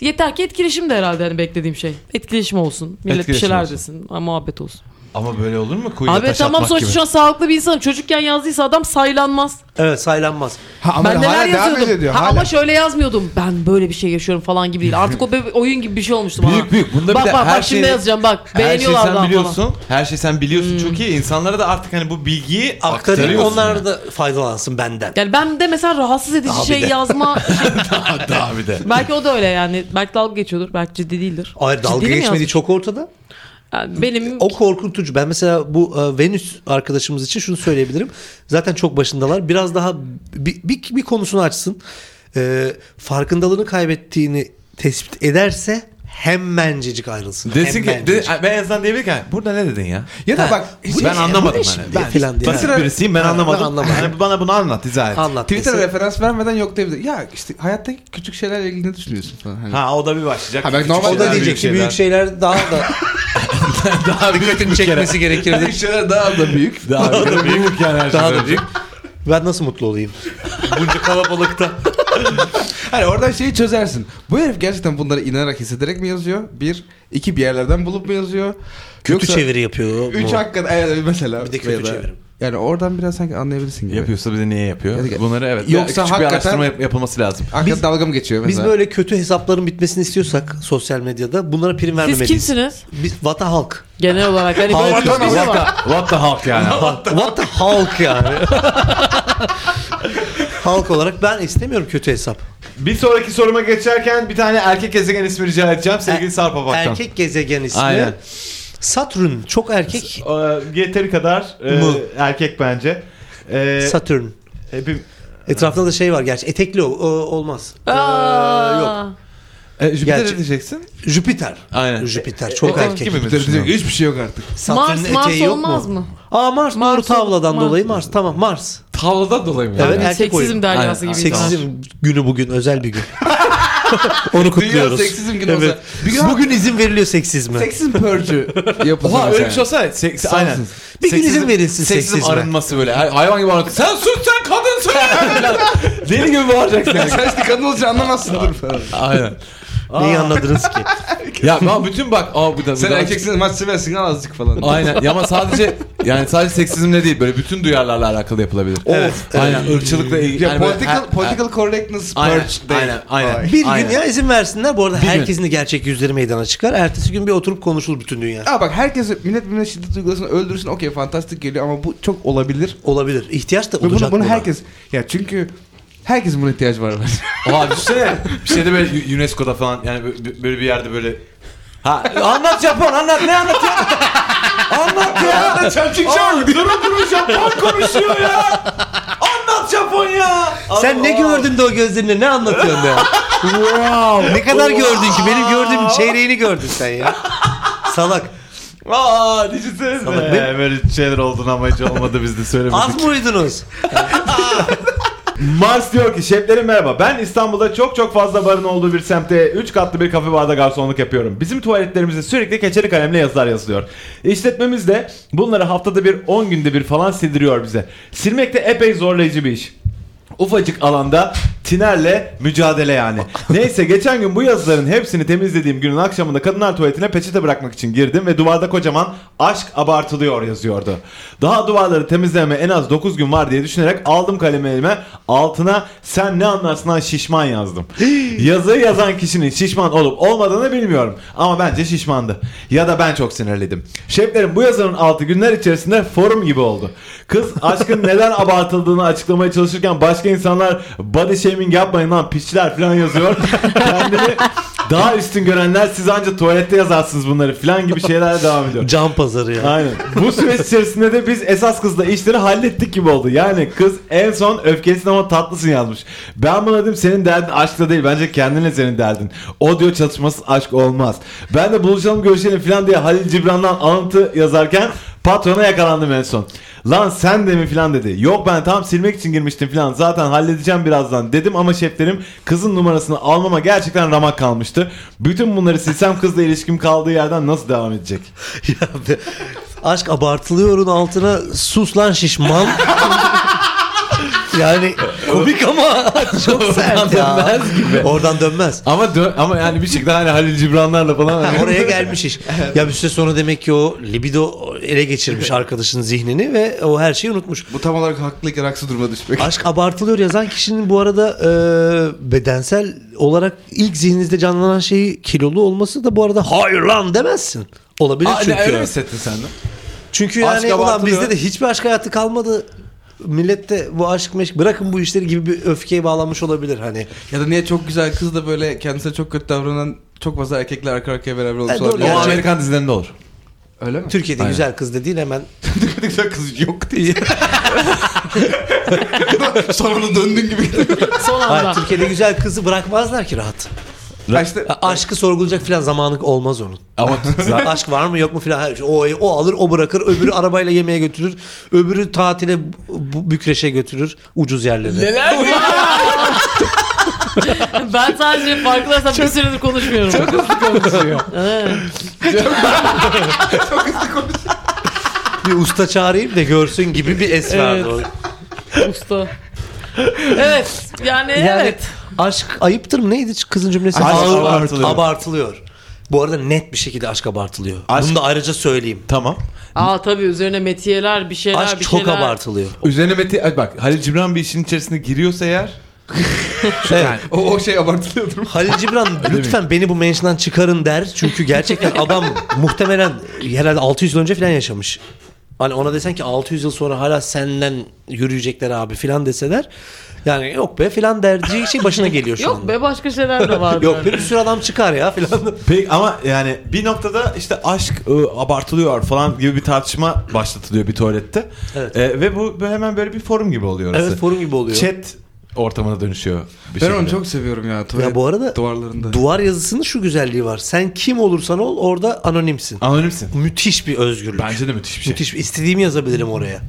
[SPEAKER 3] Yeter ki etkileşim de herhalde hani beklediğim şey. Etkileşim olsun. Millet
[SPEAKER 2] Etkileşim
[SPEAKER 3] bir şeyler
[SPEAKER 2] olsun.
[SPEAKER 3] desin. Ama muhabbet olsun.
[SPEAKER 2] Ama böyle olur mu? Kuyuya
[SPEAKER 3] Abi
[SPEAKER 2] taş
[SPEAKER 3] tamam
[SPEAKER 2] atmak
[SPEAKER 3] sonuçta
[SPEAKER 2] gibi.
[SPEAKER 3] şu an sağlıklı bir insan. Çocukken yazdıysa adam saylanmaz.
[SPEAKER 5] Evet saylanmaz.
[SPEAKER 4] Ha, ama
[SPEAKER 3] ben neler
[SPEAKER 4] hala devam
[SPEAKER 3] yazıyordum.
[SPEAKER 4] ediyor,
[SPEAKER 3] Ha,
[SPEAKER 4] hala.
[SPEAKER 3] ama şöyle yazmıyordum. Ben böyle bir şey yaşıyorum falan gibi değil. Artık o be- oyun gibi bir şey olmuştu bana.
[SPEAKER 2] Büyük büyük. Bunda
[SPEAKER 3] bak
[SPEAKER 2] bir de
[SPEAKER 3] bak
[SPEAKER 2] her
[SPEAKER 3] bak şimdi
[SPEAKER 2] şey-
[SPEAKER 3] yazacağım bak.
[SPEAKER 2] Her şeyi
[SPEAKER 3] Beğeniyorlar
[SPEAKER 2] sen
[SPEAKER 3] daha
[SPEAKER 2] biliyorsun.
[SPEAKER 3] falan. Hmm.
[SPEAKER 2] Her şeyi sen biliyorsun çok iyi. İnsanlara da artık hani bu bilgiyi
[SPEAKER 5] Aktarayım
[SPEAKER 2] aktarıyorsun.
[SPEAKER 5] <laughs> onlar da faydalansın benden.
[SPEAKER 3] Yani ben de mesela rahatsız edici
[SPEAKER 5] Abi
[SPEAKER 3] şey
[SPEAKER 5] de.
[SPEAKER 3] yazma.
[SPEAKER 2] Hatta abi de.
[SPEAKER 3] belki o da öyle yani. Belki dalga geçiyordur. Belki ciddi değildir.
[SPEAKER 5] Hayır dalga
[SPEAKER 3] Ciddi mi
[SPEAKER 5] geçmediği
[SPEAKER 3] yazmış?
[SPEAKER 5] çok ortada.
[SPEAKER 3] Yani benim
[SPEAKER 5] O korkutucu. Ben mesela bu e, Venüs arkadaşımız için şunu söyleyebilirim. Zaten çok başındalar. Biraz daha bir, bir, bir konusunu açsın. E, farkındalığını kaybettiğini tespit ederse hemencecik ayrılsın.
[SPEAKER 2] Desin ki, de,
[SPEAKER 5] Hemencecik.
[SPEAKER 2] ben en azından diyebilir ki "Ha, burada ne dedin ya?
[SPEAKER 4] Ya da
[SPEAKER 5] Ha,
[SPEAKER 4] bak hiç-
[SPEAKER 2] ben anlamadım
[SPEAKER 5] ne
[SPEAKER 2] hani.
[SPEAKER 5] şimdi
[SPEAKER 2] Ben
[SPEAKER 5] filan diye.
[SPEAKER 2] Basit
[SPEAKER 4] Ha.
[SPEAKER 2] birisiyim ben
[SPEAKER 5] Ha, ben
[SPEAKER 2] anlamadım.
[SPEAKER 5] anlamadım.
[SPEAKER 2] Hani bana bunu anlat izah et.
[SPEAKER 5] anlat.
[SPEAKER 4] Twitter'a
[SPEAKER 5] desin.
[SPEAKER 4] referans vermeden yok diyebilir. Ya işte hayattaki küçük şeylerle ilgili ne düşünüyorsun falan. Hani.
[SPEAKER 2] Ha o da bir başlayacak.
[SPEAKER 4] Ha, belki
[SPEAKER 2] Küçük
[SPEAKER 4] normal-
[SPEAKER 5] o da
[SPEAKER 2] şeyler,
[SPEAKER 5] diyecek ki büyük
[SPEAKER 2] şeyler.
[SPEAKER 5] şeyler daha
[SPEAKER 2] <laughs>
[SPEAKER 5] da
[SPEAKER 2] Daha dikkatini
[SPEAKER 5] çekmesi
[SPEAKER 4] Küçük
[SPEAKER 5] gerekirdi.
[SPEAKER 4] şeyler daha da büyük.
[SPEAKER 5] <laughs>
[SPEAKER 4] şey
[SPEAKER 2] Daha da büyük yani her
[SPEAKER 5] Daha
[SPEAKER 2] şeyden
[SPEAKER 5] da büyük. Ben nasıl mutlu olayım? Bunca kalabalıkta.
[SPEAKER 4] Hani oradan şeyi çözersin. Bu herif gerçekten bunlara inanarak hissederek mi yazıyor? Bir, iki bir yerlerden bulup mu yazıyor?
[SPEAKER 5] Kötü çeviri yapıyor.
[SPEAKER 4] Üç
[SPEAKER 5] bu.
[SPEAKER 4] hakikaten evet, mesela.
[SPEAKER 5] Bir de kötü
[SPEAKER 4] Ya da-
[SPEAKER 5] çevirim.
[SPEAKER 4] Yani oradan biraz sanki anlayabilirsin gibi.
[SPEAKER 2] Yapıyorsa bir de niye yapıyor?
[SPEAKER 4] Yani-
[SPEAKER 2] Bunları evet.
[SPEAKER 4] şey. Yoksa
[SPEAKER 2] Yoksa küçük bir
[SPEAKER 4] hakikaten-
[SPEAKER 2] araştırma yap- yapılması lazım.
[SPEAKER 4] Hakikaten
[SPEAKER 5] Biz-
[SPEAKER 4] dalga mı geçiyor
[SPEAKER 5] Biz
[SPEAKER 4] mesela?
[SPEAKER 5] böyle kötü hesapların bitmesini istiyorsak sosyal medyada bunlara prim
[SPEAKER 3] Siz
[SPEAKER 5] vermemeliyiz.
[SPEAKER 3] kimsiniz?
[SPEAKER 5] Biz vata halk.
[SPEAKER 3] Genel olarak hani böyle
[SPEAKER 5] Halk-
[SPEAKER 3] çok bir şey
[SPEAKER 2] What the,
[SPEAKER 3] var.
[SPEAKER 2] what the halk yani.
[SPEAKER 5] What the halk <laughs> yani. halk olarak ben istemiyorum kötü hesap.
[SPEAKER 2] bir sonraki soruma geçerken bir tane erkek gezegen ismi rica edeceğim sevgili
[SPEAKER 5] Er-
[SPEAKER 2] Sarp Abak'tan.
[SPEAKER 5] Erkek gezegen ismi.
[SPEAKER 2] Aynen.
[SPEAKER 5] Satürn çok erkek.
[SPEAKER 2] Ee, yeteri kadar e,
[SPEAKER 5] Mı?
[SPEAKER 2] erkek bence. Ee,
[SPEAKER 5] Satürn.
[SPEAKER 2] hepim-
[SPEAKER 5] Etrafında e, da şey var gerçi. Etekli o, o- olmaz. Ee, yok.
[SPEAKER 3] Aa,
[SPEAKER 2] E, Jüpiter
[SPEAKER 5] Gerçi-
[SPEAKER 2] diyeceksin.
[SPEAKER 5] Jüpiter.
[SPEAKER 2] Aynen.
[SPEAKER 5] Jüpiter çok
[SPEAKER 2] E,
[SPEAKER 5] erkek.
[SPEAKER 2] gibi mi
[SPEAKER 4] Jüpiter
[SPEAKER 2] düşünüyorsun?
[SPEAKER 4] diyecek, Hiçbir şey yok
[SPEAKER 5] <laughs>
[SPEAKER 4] artık.
[SPEAKER 5] Satürn'ün
[SPEAKER 3] Mars, Mars
[SPEAKER 5] eteği yok
[SPEAKER 3] olmaz
[SPEAKER 5] mu?
[SPEAKER 3] mı?
[SPEAKER 5] Aa Mars, doğru
[SPEAKER 3] Mars
[SPEAKER 5] tavladan
[SPEAKER 3] olmaz.
[SPEAKER 5] dolayı Mars. Tamam Mars.
[SPEAKER 2] Tavladan dolayı mı?
[SPEAKER 5] Evet,
[SPEAKER 2] yani?
[SPEAKER 5] erkek
[SPEAKER 3] Seksizm
[SPEAKER 5] oyun.
[SPEAKER 3] deryası
[SPEAKER 2] Aynen.
[SPEAKER 3] gibi.
[SPEAKER 5] Seksizm günü bugün özel bir gün. Onu
[SPEAKER 4] Dünya
[SPEAKER 5] kutluyoruz.
[SPEAKER 4] seksizm günü
[SPEAKER 5] Evet.
[SPEAKER 4] olsa. Bir gün
[SPEAKER 5] Bugün izin veriliyor seksizme.
[SPEAKER 4] seksizm purge'ü yapılsa
[SPEAKER 2] Oha öyle
[SPEAKER 4] mesela.
[SPEAKER 2] bir şey olsana. Seks,
[SPEAKER 4] Sağ
[SPEAKER 2] aynen.
[SPEAKER 4] olsun.
[SPEAKER 5] Bir gün izin
[SPEAKER 2] Seksizm-
[SPEAKER 5] verilsin
[SPEAKER 2] Seksizm
[SPEAKER 5] seksizme.
[SPEAKER 2] arınması böyle. Hay- Hayvan gibi arınması. Sen sus sen kadınsın. <laughs> Deli gibi bağıracaksın. yani.
[SPEAKER 4] Sen işte kadın olunca anlamazsındır falan.
[SPEAKER 2] Aynen.
[SPEAKER 5] Neyi anladınız ki?
[SPEAKER 2] Ya ben bütün bak. Aa bu da. bu
[SPEAKER 4] Sen
[SPEAKER 2] da-
[SPEAKER 4] erkeksin maç seversin al azıcık falan.
[SPEAKER 2] Aynen Ya ama sadece yani sadece seksizmle değil böyle bütün duyarlarla alakalı yapılabilir.
[SPEAKER 5] Evet.
[SPEAKER 2] Aynen ırkçılıkla ilgili.
[SPEAKER 4] Ya
[SPEAKER 2] Yani böyle
[SPEAKER 4] political,
[SPEAKER 2] her-
[SPEAKER 4] political correctness
[SPEAKER 2] Aynen,
[SPEAKER 4] purge değil.
[SPEAKER 2] aynen, aynen.
[SPEAKER 5] Bir
[SPEAKER 2] Aynen.
[SPEAKER 5] gün ya izin versinler. Bu arada
[SPEAKER 2] gün.
[SPEAKER 5] herkesin de gerçek yüzleri meydana çıkar. Ertesi gün bir oturup konuşulur bütün dünya.
[SPEAKER 4] Aa bak herkes millet birbirine şiddet uygulasın öldürsün okey fantastik geliyor ama bu çok olabilir.
[SPEAKER 5] Olabilir. İhtiyaç da
[SPEAKER 4] Ve
[SPEAKER 5] olacak.
[SPEAKER 4] bunu, bunu
[SPEAKER 5] buna.
[SPEAKER 4] herkes ya çünkü herkesin buna ihtiyacı var. <laughs>
[SPEAKER 2] Oha düşünsene. Bir şeyde böyle UNESCO'da falan yani bö- böyle bir yerde böyle Ha, anlat Japon anlat ne anlatıyor? anlat ya. Anlat durun durun Japon konuşuyor ya. Anlat Japon ya.
[SPEAKER 5] Sen ne gördün de o gözlerinde ne anlatıyorsun ya? wow. Ne kadar gördün ki? Benim gördüğüm çeyreğini gördün sen ya. Salak.
[SPEAKER 2] Aa düşünsene.
[SPEAKER 5] Salak değil
[SPEAKER 2] Ee, böyle şeyler olduğunu ama hiç olmadı biz de söylemedik.
[SPEAKER 5] Az mı uyudunuz?
[SPEAKER 2] Mars diyor ki şeflerim merhaba ben İstanbul'da çok çok fazla barın olduğu bir semtte 3 katlı bir kafe barda garsonluk yapıyorum. Bizim tuvaletlerimizde sürekli keçeli kalemle yazılar yazılıyor. İşletmemiz de bunları haftada bir 10 günde bir falan sildiriyor bize. Silmek de epey zorlayıcı bir iş. Ufacık alanda tinerle mücadele yani. Neyse geçen gün bu yazıların hepsini temizlediğim günün akşamında kadınlar tuvaletine peçete bırakmak için girdim ve duvarda kocaman aşk abartılıyor yazıyordu. Daha duvarları temizleme en az 9 gün var diye düşünerek aldım kalemi elime altına sen ne anlarsın lan şişman yazdım. Yazıyı yazan kişinin şişman olup olmadığını bilmiyorum ama bence şişmandı. Ya da ben çok sinirliydim. Şeflerim bu yazının altı günler içerisinde forum gibi oldu. Kız aşkın neden <laughs> abartıldığını açıklamaya çalışırken başka insanlar body shaming yapmayın lan piçler falan yazıyor. Kendini daha üstün görenler siz ancak tuvalette yazarsınız bunları falan gibi şeylerle devam ediyor.
[SPEAKER 5] Can pazarı ya.
[SPEAKER 2] Aynen. Bu süreç içerisinde de biz esas kızla işleri hallettik gibi oldu. Yani kız en son öfkelisin ama tatlısın yazmış. Ben buna dedim senin derdin aşkla değil. Bence kendinle senin derdin. O diyor çatışmasız aşk olmaz. Ben de buluşalım görüşelim falan diye Halil Cibran'dan alıntı yazarken patrona yakalandım en son. Lan sen de mi falan dedi. Yok ben tam silmek için girmiştim falan. Zaten halledeceğim birazdan dedim ama şeflerim kızın numarasını almama gerçekten ramak kalmıştı. Bütün bunları silsem kızla ilişkim kaldığı yerden nasıl devam edecek?
[SPEAKER 5] <laughs> Ya be, aşk abartılıyorun altına sus lan şişman. yani komik
[SPEAKER 2] <laughs>
[SPEAKER 5] ama çok sert ya.
[SPEAKER 2] dönmez gibi.
[SPEAKER 5] Oradan dönmez.
[SPEAKER 2] Ama dö- ama yani bir şekilde hani Halil Cibranlarla falan hani
[SPEAKER 5] Ha, oraya gelmiş iş. Ya bir süre sonra demek ki o libido ele geçirmiş arkadaşın zihnini ve o her şeyi unutmuş.
[SPEAKER 4] bu tam olarak haklıyken haksız duruma düşmek.
[SPEAKER 5] Aşk abartılıyor yazan kişinin bu arada e, bedensel olarak ilk zihninizde canlanan şeyi kilolu olması da bu arada hayır lan demezsin. Olabilir
[SPEAKER 2] Aa,
[SPEAKER 5] çünkü.
[SPEAKER 2] ne, öyle mi hissettin sen de?
[SPEAKER 5] Çünkü
[SPEAKER 2] Aşk
[SPEAKER 5] yani ulan
[SPEAKER 2] abartılıyor.
[SPEAKER 5] bizde de hiçbir aşk hayatı kalmadı. Millette bu aşk meşk bırakın bu işleri gibi bir öfkeye bağlanmış olabilir hani.
[SPEAKER 4] ya da niye çok güzel kız da böyle kendisine çok kötü davranan çok fazla erkekle arka arkaya beraber olmuş
[SPEAKER 5] E, doğru.
[SPEAKER 4] olabilir.
[SPEAKER 5] O
[SPEAKER 4] Yani-
[SPEAKER 5] Gerçek-
[SPEAKER 2] <laughs> Amerikan dizilerinde olur.
[SPEAKER 4] Öyle mi?
[SPEAKER 5] Türkiye'de
[SPEAKER 2] Aynen.
[SPEAKER 5] güzel kız dediğin hemen
[SPEAKER 4] <laughs> Türkiye'de güzel kız yok diye. Sonra da döndün gibi.
[SPEAKER 3] Son
[SPEAKER 5] Hayır,
[SPEAKER 3] anda.
[SPEAKER 5] Türkiye'de güzel kızı bırakmazlar ki rahat.
[SPEAKER 4] Ya işte,
[SPEAKER 5] Ya Aşkı sorgulayacak filan zamanı olmaz onun.
[SPEAKER 2] Ama
[SPEAKER 5] Aşk var mı yok mu filan her şey. O, o alır o bırakır öbürü arabayla yemeğe götürür. Öbürü tatile bu- Bükreş'e götürür ucuz yerlere.
[SPEAKER 3] ben sadece farklılarsa bir süredir konuşmuyorum. Çok hızlı <laughs> konuşuyor.
[SPEAKER 5] Bir usta çağırayım da görsün gibi bir es vardı
[SPEAKER 3] Evet.
[SPEAKER 5] o.
[SPEAKER 3] Usta. Evet. Yani,
[SPEAKER 5] Yani
[SPEAKER 3] evet.
[SPEAKER 5] aşk ayıptır mı neydi kızın cümlesi?
[SPEAKER 2] Aşk
[SPEAKER 5] Ağır-
[SPEAKER 2] abartılıyor.
[SPEAKER 5] abartılıyor. Bu arada net bir şekilde aşk abartılıyor.
[SPEAKER 2] Aşk-
[SPEAKER 5] Bunu da ayrıca söyleyeyim.
[SPEAKER 2] Tamam.
[SPEAKER 3] Aa tabii üzerine metiyeler bir şeyler
[SPEAKER 5] aşk
[SPEAKER 3] bir
[SPEAKER 5] çok
[SPEAKER 3] şeyler.
[SPEAKER 5] abartılıyor.
[SPEAKER 2] Üzerine Meti Ay bak Halil Cibran bir işin içerisine giriyorsa eğer
[SPEAKER 5] Evet.
[SPEAKER 4] O, o şey abartılıyordur.
[SPEAKER 5] Halil Cibran lütfen beni bu mention'dan çıkarın der. Çünkü
[SPEAKER 3] <laughs>
[SPEAKER 5] gerçekten adam muhtemelen herhalde 600 yıl önce falan yaşamış. Hani ona desen ki 600 yıl sonra hala senden yürüyecekler abi falan deseler. Yani yok be falan derci şey başına geliyor şu
[SPEAKER 3] Yok
[SPEAKER 5] anda.
[SPEAKER 3] be başka şeyler
[SPEAKER 5] <laughs>
[SPEAKER 3] de vardı.
[SPEAKER 5] Yok be bir sürü adam çıkar ya falan.
[SPEAKER 2] pek ama yani bir noktada işte aşk e, abartılıyor falan gibi bir tartışma başlatılıyor bir tuvalette.
[SPEAKER 5] Evet.
[SPEAKER 2] E, ve bu böyle hemen böyle bir forum gibi oluyor orası.
[SPEAKER 5] Evet forum gibi oluyor.
[SPEAKER 2] Chat ortamına dönüşüyor bir
[SPEAKER 4] Ben
[SPEAKER 2] şekilde.
[SPEAKER 4] onu çok seviyorum ya. Tuvalet
[SPEAKER 5] ya bu arada
[SPEAKER 4] duvarlarında.
[SPEAKER 5] duvar yazısının şu güzelliği var. Sen kim olursan ol orada anonimsin.
[SPEAKER 2] Anonimsin.
[SPEAKER 5] Müthiş bir özgürlük.
[SPEAKER 2] Bence de müthiş bir şey.
[SPEAKER 5] Müthiş. İstediğimi yazabilirim oraya.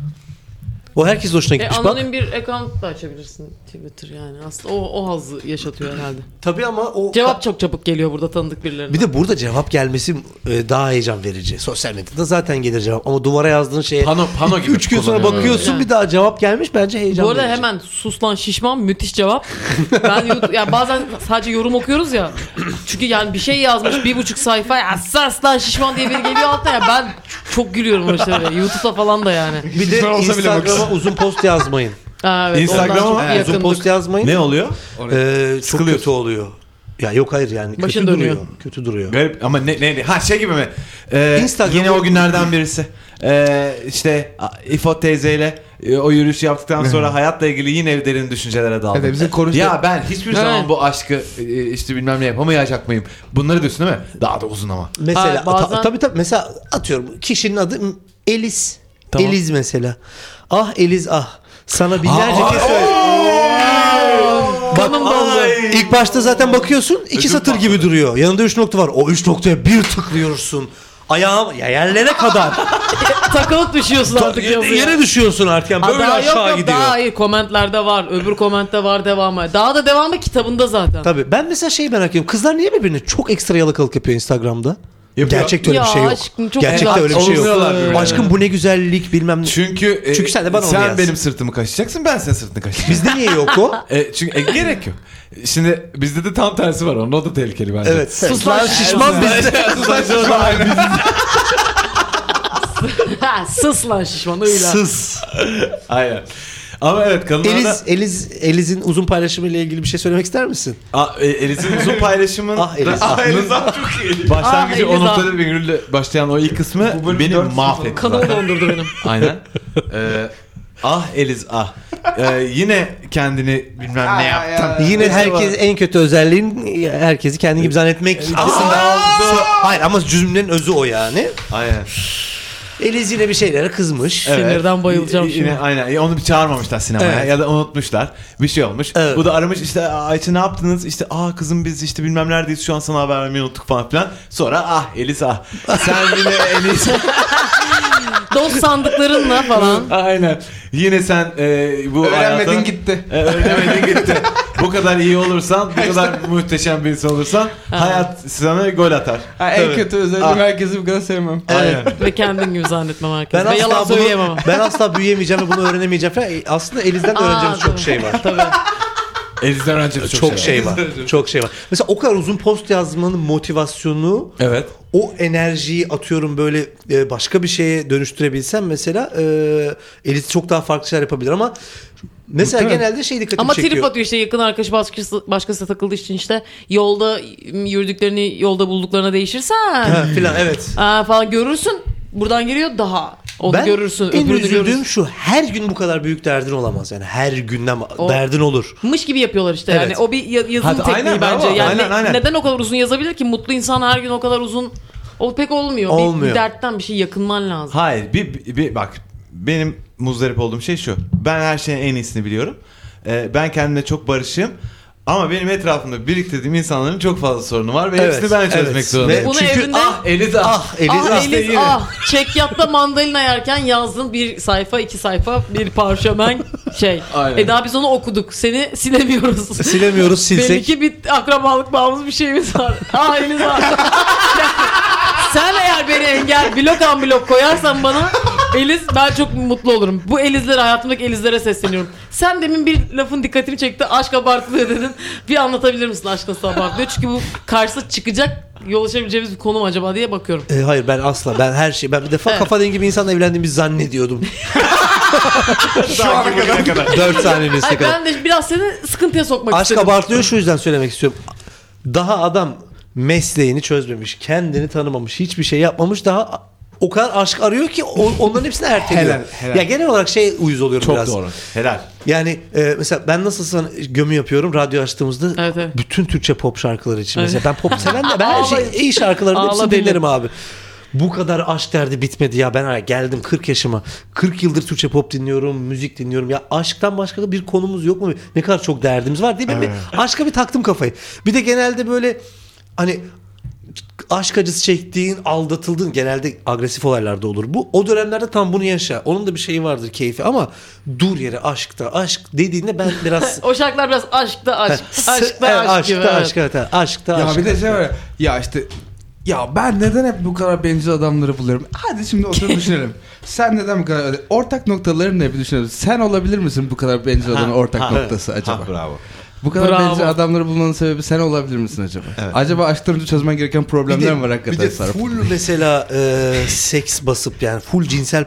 [SPEAKER 5] O herkes hoşuna
[SPEAKER 3] E,
[SPEAKER 5] gitmiş bak.
[SPEAKER 3] anonim bir account da açabilirsin Twitter yani. Aslında o, o hazzı yaşatıyor herhalde.
[SPEAKER 5] Tabii ama o
[SPEAKER 3] Cevap çok çabuk geliyor burada tanıdık birilerine.
[SPEAKER 5] Bir de burada cevap gelmesi e, daha heyecan verici. Sosyal medyada zaten gelir cevap ama duvara yazdığın şeye
[SPEAKER 2] Pano, pano gibi
[SPEAKER 5] 3 gün sonra
[SPEAKER 2] kullanıyorlar.
[SPEAKER 5] bakıyorsun
[SPEAKER 3] Evet.
[SPEAKER 5] bir daha cevap gelmiş bence heyecan
[SPEAKER 3] Bu arada
[SPEAKER 5] verici.
[SPEAKER 3] hemen sus lan şişman müthiş
[SPEAKER 5] <laughs>
[SPEAKER 3] cevap. Ben YouTube, ya bazen sadece yorum okuyoruz ya. Çünkü yani bir şey yazmış bir buçuk sayfa asas lan şişman diye biri geliyor altta ya ben çok gülüyorum o şeylere. YouTube'da falan da yani.
[SPEAKER 5] bir de
[SPEAKER 2] Şişman olsa bile
[SPEAKER 5] Instagram'a uzun post yazmayın.
[SPEAKER 3] Ha, evet, ondan
[SPEAKER 2] Instagram'a
[SPEAKER 3] <laughs> çok
[SPEAKER 2] mı?
[SPEAKER 5] Yani uzun
[SPEAKER 3] yakındık.
[SPEAKER 5] post yazmayın.
[SPEAKER 2] Ne oluyor?
[SPEAKER 5] Ee, çok
[SPEAKER 2] Sıkılıyor.
[SPEAKER 5] kötü oluyor. Ya yok hayır yani
[SPEAKER 3] Başın
[SPEAKER 5] kötü
[SPEAKER 3] dönüyor.
[SPEAKER 5] duruyor. Kötü duruyor.
[SPEAKER 2] Garip ama ne neydi? Ha şey gibi mi? Ee,
[SPEAKER 5] Instagram-
[SPEAKER 2] Yine o günlerden birisi. Ee, işte a- İfo teyzeyle e, o yürüyüşü yaptıktan sonra hayatla ilgili yine derin düşüncelere daldım.
[SPEAKER 4] Evet, bizim konuştuk-
[SPEAKER 2] Ya ben hiçbir
[SPEAKER 3] Evet.
[SPEAKER 2] zaman bu aşkı e, işte bilmem ne yapamayacak mıyım? Bunları diyorsun değil mi? Daha da uzun ama.
[SPEAKER 5] Mesela
[SPEAKER 3] Aa, bazen-
[SPEAKER 5] ta- tabii tabii mesela atıyorum kişinin adı M- Eliz.
[SPEAKER 2] Tamam.
[SPEAKER 5] Eliz mesela. Ah Eliz ah. Sana binlerce
[SPEAKER 2] Aa,
[SPEAKER 5] kez
[SPEAKER 2] ah,
[SPEAKER 5] söyledim. Bak,
[SPEAKER 3] Kanım dondu. <laughs>
[SPEAKER 5] ay. ilk başta zaten bakıyorsun iki
[SPEAKER 2] Ödüm
[SPEAKER 5] satır gibi duruyor. Yanında üç nokta var. O üç noktaya bir tıklıyorsun. Ayağım ya yerlere
[SPEAKER 2] <laughs>
[SPEAKER 5] kadar.
[SPEAKER 3] Takılıp düşüyorsun artık yazıya.
[SPEAKER 5] yere düşüyorsun artık. Yani
[SPEAKER 3] Ha,
[SPEAKER 5] böyle
[SPEAKER 3] daha yok,
[SPEAKER 5] aşağı
[SPEAKER 3] yok,
[SPEAKER 5] gidiyor.
[SPEAKER 3] Daha hayır komentlerde var. Öbür komentte var devamı. Daha da devamı kitabında zaten.
[SPEAKER 5] Tabii ben mesela şey merak ediyorum. Kızlar niye birbirine çok ekstra yalakalık yapıyor Instagram'da?
[SPEAKER 2] Yapıyor.
[SPEAKER 5] Gerçekte öyle
[SPEAKER 3] Ya
[SPEAKER 5] bir şey yok.
[SPEAKER 3] aşkım, çok
[SPEAKER 5] Gerçekte
[SPEAKER 3] güzel.
[SPEAKER 5] öyle bir şey
[SPEAKER 2] Olmuyorlar
[SPEAKER 5] yok.
[SPEAKER 2] birbirine.
[SPEAKER 5] Aşkım bu ne güzellik bilmem ne.
[SPEAKER 2] Çünkü, e,
[SPEAKER 5] Çünkü sen de bana onu yaz.
[SPEAKER 2] benim sırtımı kaşıyacaksın ben senin sırtını kaşıyacağım.
[SPEAKER 5] Bizde niye
[SPEAKER 2] <laughs>
[SPEAKER 5] yok o?
[SPEAKER 2] E, çünkü e, gerek yok. Şimdi bizde de tam tersi var onun o da tehlikeli bence.
[SPEAKER 5] Evet.
[SPEAKER 3] Sus lan
[SPEAKER 5] şişman <laughs> biz.
[SPEAKER 3] <laughs> Ha, Sıs lan şişman öyle.
[SPEAKER 5] Sız.
[SPEAKER 2] Aynen. Ama evet kadınlarda...
[SPEAKER 5] Eliz, Eliz, Eliz'in uzun paylaşımıyla ilgili bir şey söylemek ister misin?
[SPEAKER 2] Aa, e, Eliz'in uzun <laughs> paylaşımın
[SPEAKER 5] Ah, Eliz,
[SPEAKER 2] Ah,
[SPEAKER 5] ah.
[SPEAKER 2] Eliz, ah, çok iyi. <laughs> Başlangıcı
[SPEAKER 3] Ah,
[SPEAKER 2] o
[SPEAKER 3] Eliz, ah.
[SPEAKER 2] noktada bir gürültü başlayan o ilk kısmı
[SPEAKER 4] Bu bölüm
[SPEAKER 2] beni
[SPEAKER 4] dört sınıf
[SPEAKER 2] mahvetti
[SPEAKER 3] Kanımı
[SPEAKER 2] zaten.
[SPEAKER 3] dondurdu benim.
[SPEAKER 2] Aynen. Ee, ah Eliz ah. Ee, yine kendini bilmem ne yaptın.
[SPEAKER 5] Yine
[SPEAKER 2] Mesela-
[SPEAKER 5] herkes en kötü özelliğin herkesi kendi gibi zannetmek aslında. So- Hayır ama cümlenin özü o yani.
[SPEAKER 2] Aynen.
[SPEAKER 5] Eliz yine bir şeylere kızmış.
[SPEAKER 2] Evet.
[SPEAKER 3] Sinirden bayılacağım
[SPEAKER 2] Y-
[SPEAKER 3] şimdi.
[SPEAKER 2] Yine, aynen. Onu bir çağırmamışlar sinemaya
[SPEAKER 5] Evet.
[SPEAKER 2] ya da unutmuşlar. Bir şey olmuş.
[SPEAKER 5] Evet.
[SPEAKER 2] Bu da aramış işte "Aa, Ayça ne yaptınız? İşte aa kızım biz işte bilmem neredeyiz şu an sana haber vermeyi unuttuk falan filan. Sonra ah Eliz
[SPEAKER 3] <laughs>
[SPEAKER 2] ah. Sen yine Eliz
[SPEAKER 3] Dost sandıklarınla
[SPEAKER 5] <laughs>
[SPEAKER 3] falan.
[SPEAKER 2] Aynen. Yine sen e, bu
[SPEAKER 4] <laughs> Öğrenmedin
[SPEAKER 2] hayata-
[SPEAKER 4] gitti.
[SPEAKER 2] E, öğrenemedin gitti. bu kadar iyi olursan, bu kadar muhteşem bir insan olursan hayat sana gol atar.
[SPEAKER 4] Ha, en kötü
[SPEAKER 5] Ah.
[SPEAKER 4] özelliğim herkesi bu kadar sevmem.
[SPEAKER 2] Aynen.
[SPEAKER 3] Ve kendin gibi zannetmem
[SPEAKER 5] Ben
[SPEAKER 3] herkes. Ve yalan
[SPEAKER 5] asla, bunu, <laughs>
[SPEAKER 3] söyleyemem.
[SPEAKER 5] ben asla büyüyemeyeceğim ve bunu öğrenemeyeceğim falan. E, Aslında Eliz'den
[SPEAKER 3] Aa,
[SPEAKER 5] öğreneceğimiz çok
[SPEAKER 3] tabii.
[SPEAKER 5] şey var.
[SPEAKER 3] Tabii.
[SPEAKER 2] Elizden önce çok,
[SPEAKER 5] Çok, şey var. Çok şey var. Mesela o kadar uzun post yazmanın motivasyonu
[SPEAKER 2] Evet.
[SPEAKER 5] o enerjiyi atıyorum böyle e, başka bir şeye dönüştürebilsem mesela e, Elis çok daha farklı şeyler yapabilir ama mesela
[SPEAKER 2] Muhtemelen.
[SPEAKER 5] genelde şey dikkatimi
[SPEAKER 3] Ama
[SPEAKER 5] çekiyor.
[SPEAKER 3] trip atıyor işte yakın arkadaşı başkası, başkası takıldığı için işte yolda yürüdüklerini yolda bulduklarına değişirsen
[SPEAKER 5] Ha, filan evet.
[SPEAKER 3] aa, falan görürsün. Buradan giriyor daha. <laughs> Onu
[SPEAKER 5] ben
[SPEAKER 3] görürsün.
[SPEAKER 5] en
[SPEAKER 3] öbürünü
[SPEAKER 5] üzüldüğüm
[SPEAKER 3] görürsün.
[SPEAKER 5] şu her gün bu kadar büyük derdin olamaz yani her günden
[SPEAKER 3] O-
[SPEAKER 5] derdin olur.
[SPEAKER 3] Mış gibi yapıyorlar işte
[SPEAKER 5] Evet.
[SPEAKER 3] yani o bir ya- yazım
[SPEAKER 2] Hadi
[SPEAKER 3] tekniği
[SPEAKER 2] aynen,
[SPEAKER 3] bence.
[SPEAKER 2] bravo.
[SPEAKER 3] Yani
[SPEAKER 2] Aynen,
[SPEAKER 3] ne-
[SPEAKER 2] aynen.
[SPEAKER 3] neden o kadar uzun yazabilir ki mutlu insan her gün o kadar uzun o pek olmuyor. Bir- Bir,
[SPEAKER 5] Olmuyor.
[SPEAKER 3] dertten bir şey yakınman lazım.
[SPEAKER 2] Hayır. Bir, bir- bir- bak benim muzdarip olduğum şey şu. Ben her şeyin en iyisini biliyorum. Ee, ben kendime çok barışığım. Ama benim etrafımda biriktirdiğim insanların çok fazla sorunu var ve
[SPEAKER 5] Evet,
[SPEAKER 2] hepsini ben çözmek
[SPEAKER 5] evet.
[SPEAKER 2] zorundayım.
[SPEAKER 5] Ve-
[SPEAKER 3] Bunu
[SPEAKER 5] Çünkü
[SPEAKER 3] evinde
[SPEAKER 2] Ah Eliz <laughs>
[SPEAKER 5] Ah Eliz
[SPEAKER 3] ah
[SPEAKER 5] ah.
[SPEAKER 3] Eliz ah çekyatta mandalina yerken yazdın bir sayfa iki sayfa bir parşömen şey.
[SPEAKER 2] Aynen.
[SPEAKER 3] E daha biz onu okuduk seni silemiyoruz.
[SPEAKER 5] Silemiyoruz
[SPEAKER 3] Belli
[SPEAKER 5] silsek.
[SPEAKER 3] ki bir akrabalık bağımız bir şeyimiz
[SPEAKER 5] <laughs>
[SPEAKER 3] var. Ah Eliz ah. Sen eğer beni engel blok an blok koyarsan bana Eliz ben çok mutlu olurum. Bu Elizlere hayatımdaki Elizlere sesleniyorum. Sen demin bir lafın dikkatimi çekti. Aşk abartılıyor dedin. Bir anlatabilir misin aşk nasıl abartılıyor? Çünkü bu karşı çıkacak yolaşabileceğimiz bir konu mu acaba diye bakıyorum.
[SPEAKER 5] E, hayır ben asla. Ben her şey. Ben bir defa
[SPEAKER 3] Evet.
[SPEAKER 5] kafa dengi bir insanla
[SPEAKER 3] <laughs>
[SPEAKER 5] evlendiğimi zannediyordum.
[SPEAKER 2] Şu ana kadar.
[SPEAKER 5] 4 saniyesine
[SPEAKER 3] Ay ben
[SPEAKER 5] kadar.
[SPEAKER 3] de biraz seni sıkıntıya sokmak
[SPEAKER 5] Aşk
[SPEAKER 3] istedim.
[SPEAKER 5] abartılıyor şu yüzden söylemek istiyorum. Daha adam mesleğini çözmemiş, kendini tanımamış, hiçbir şey yapmamış daha o kadar aşk arıyor ki o- onların hepsini erteliyor.
[SPEAKER 4] Helal, helal.
[SPEAKER 5] Ya genel olarak şey uyuz oluyorum
[SPEAKER 2] Çok
[SPEAKER 5] biraz.
[SPEAKER 2] doğru. Helal.
[SPEAKER 5] Yani e, mesela ben nasıl sana gömü yapıyorum radyo açtığımızda
[SPEAKER 3] Evet, evet.
[SPEAKER 5] bütün Türkçe pop şarkıları için.
[SPEAKER 3] Evet.
[SPEAKER 5] Mesela ben pop seven de ben her
[SPEAKER 3] Ağlayın.
[SPEAKER 5] şey iyi şarkıların
[SPEAKER 3] Ağla
[SPEAKER 5] hepsini
[SPEAKER 3] deli.
[SPEAKER 5] dinlerim abi. Bu kadar aşk derdi bitmedi ya ben ha, geldim 40 yaşıma. 40 yıldır Türkçe pop dinliyorum, müzik dinliyorum. Ya aşktan başka da bir konumuz yok mu? Ne kadar çok derdimiz var değil mi? Bir- Aşka bir taktım kafayı. Bir de genelde böyle hani aşk acısı çektiğin, aldatıldığın genelde agresif olaylarda olur bu. O dönemlerde tam bunu yaşa. Onun da bir şeyi vardır keyfi ama dur yere aşkta. Aşk dediğinde ben biraz
[SPEAKER 3] O şarkılar biraz aşkta aşk.
[SPEAKER 5] Sı-
[SPEAKER 3] Aşkta
[SPEAKER 5] <laughs>
[SPEAKER 3] <laughs>
[SPEAKER 5] evet,
[SPEAKER 3] aşk gibi.
[SPEAKER 5] aşkta
[SPEAKER 3] evet.
[SPEAKER 5] aşk, evet, evet. aşkta
[SPEAKER 4] Ya
[SPEAKER 5] aşk.
[SPEAKER 4] bir de şey var ya, ya işte ya ben neden hep bu kadar bencil adamları buluyorum? Hadi şimdi
[SPEAKER 5] <laughs>
[SPEAKER 4] oturup düşünelim. Sen neden bu kadar öyle- ortak noktaları ne bir düşünelim. Sen olabilir misin bu kadar bencil adamın ortak noktası acaba?
[SPEAKER 2] Ha, Ah, bravo.
[SPEAKER 4] Bu kadar
[SPEAKER 3] Bravo.
[SPEAKER 4] bencil adamları bulmanın sebebi sen olabilir misin acaba? Acaba aşktan önce çözmen gereken
[SPEAKER 5] Bir de-
[SPEAKER 4] problemler mi var
[SPEAKER 5] bir
[SPEAKER 4] hakikaten
[SPEAKER 5] de
[SPEAKER 4] Sarp?
[SPEAKER 5] full mesela e, seks basıp yani full cinsel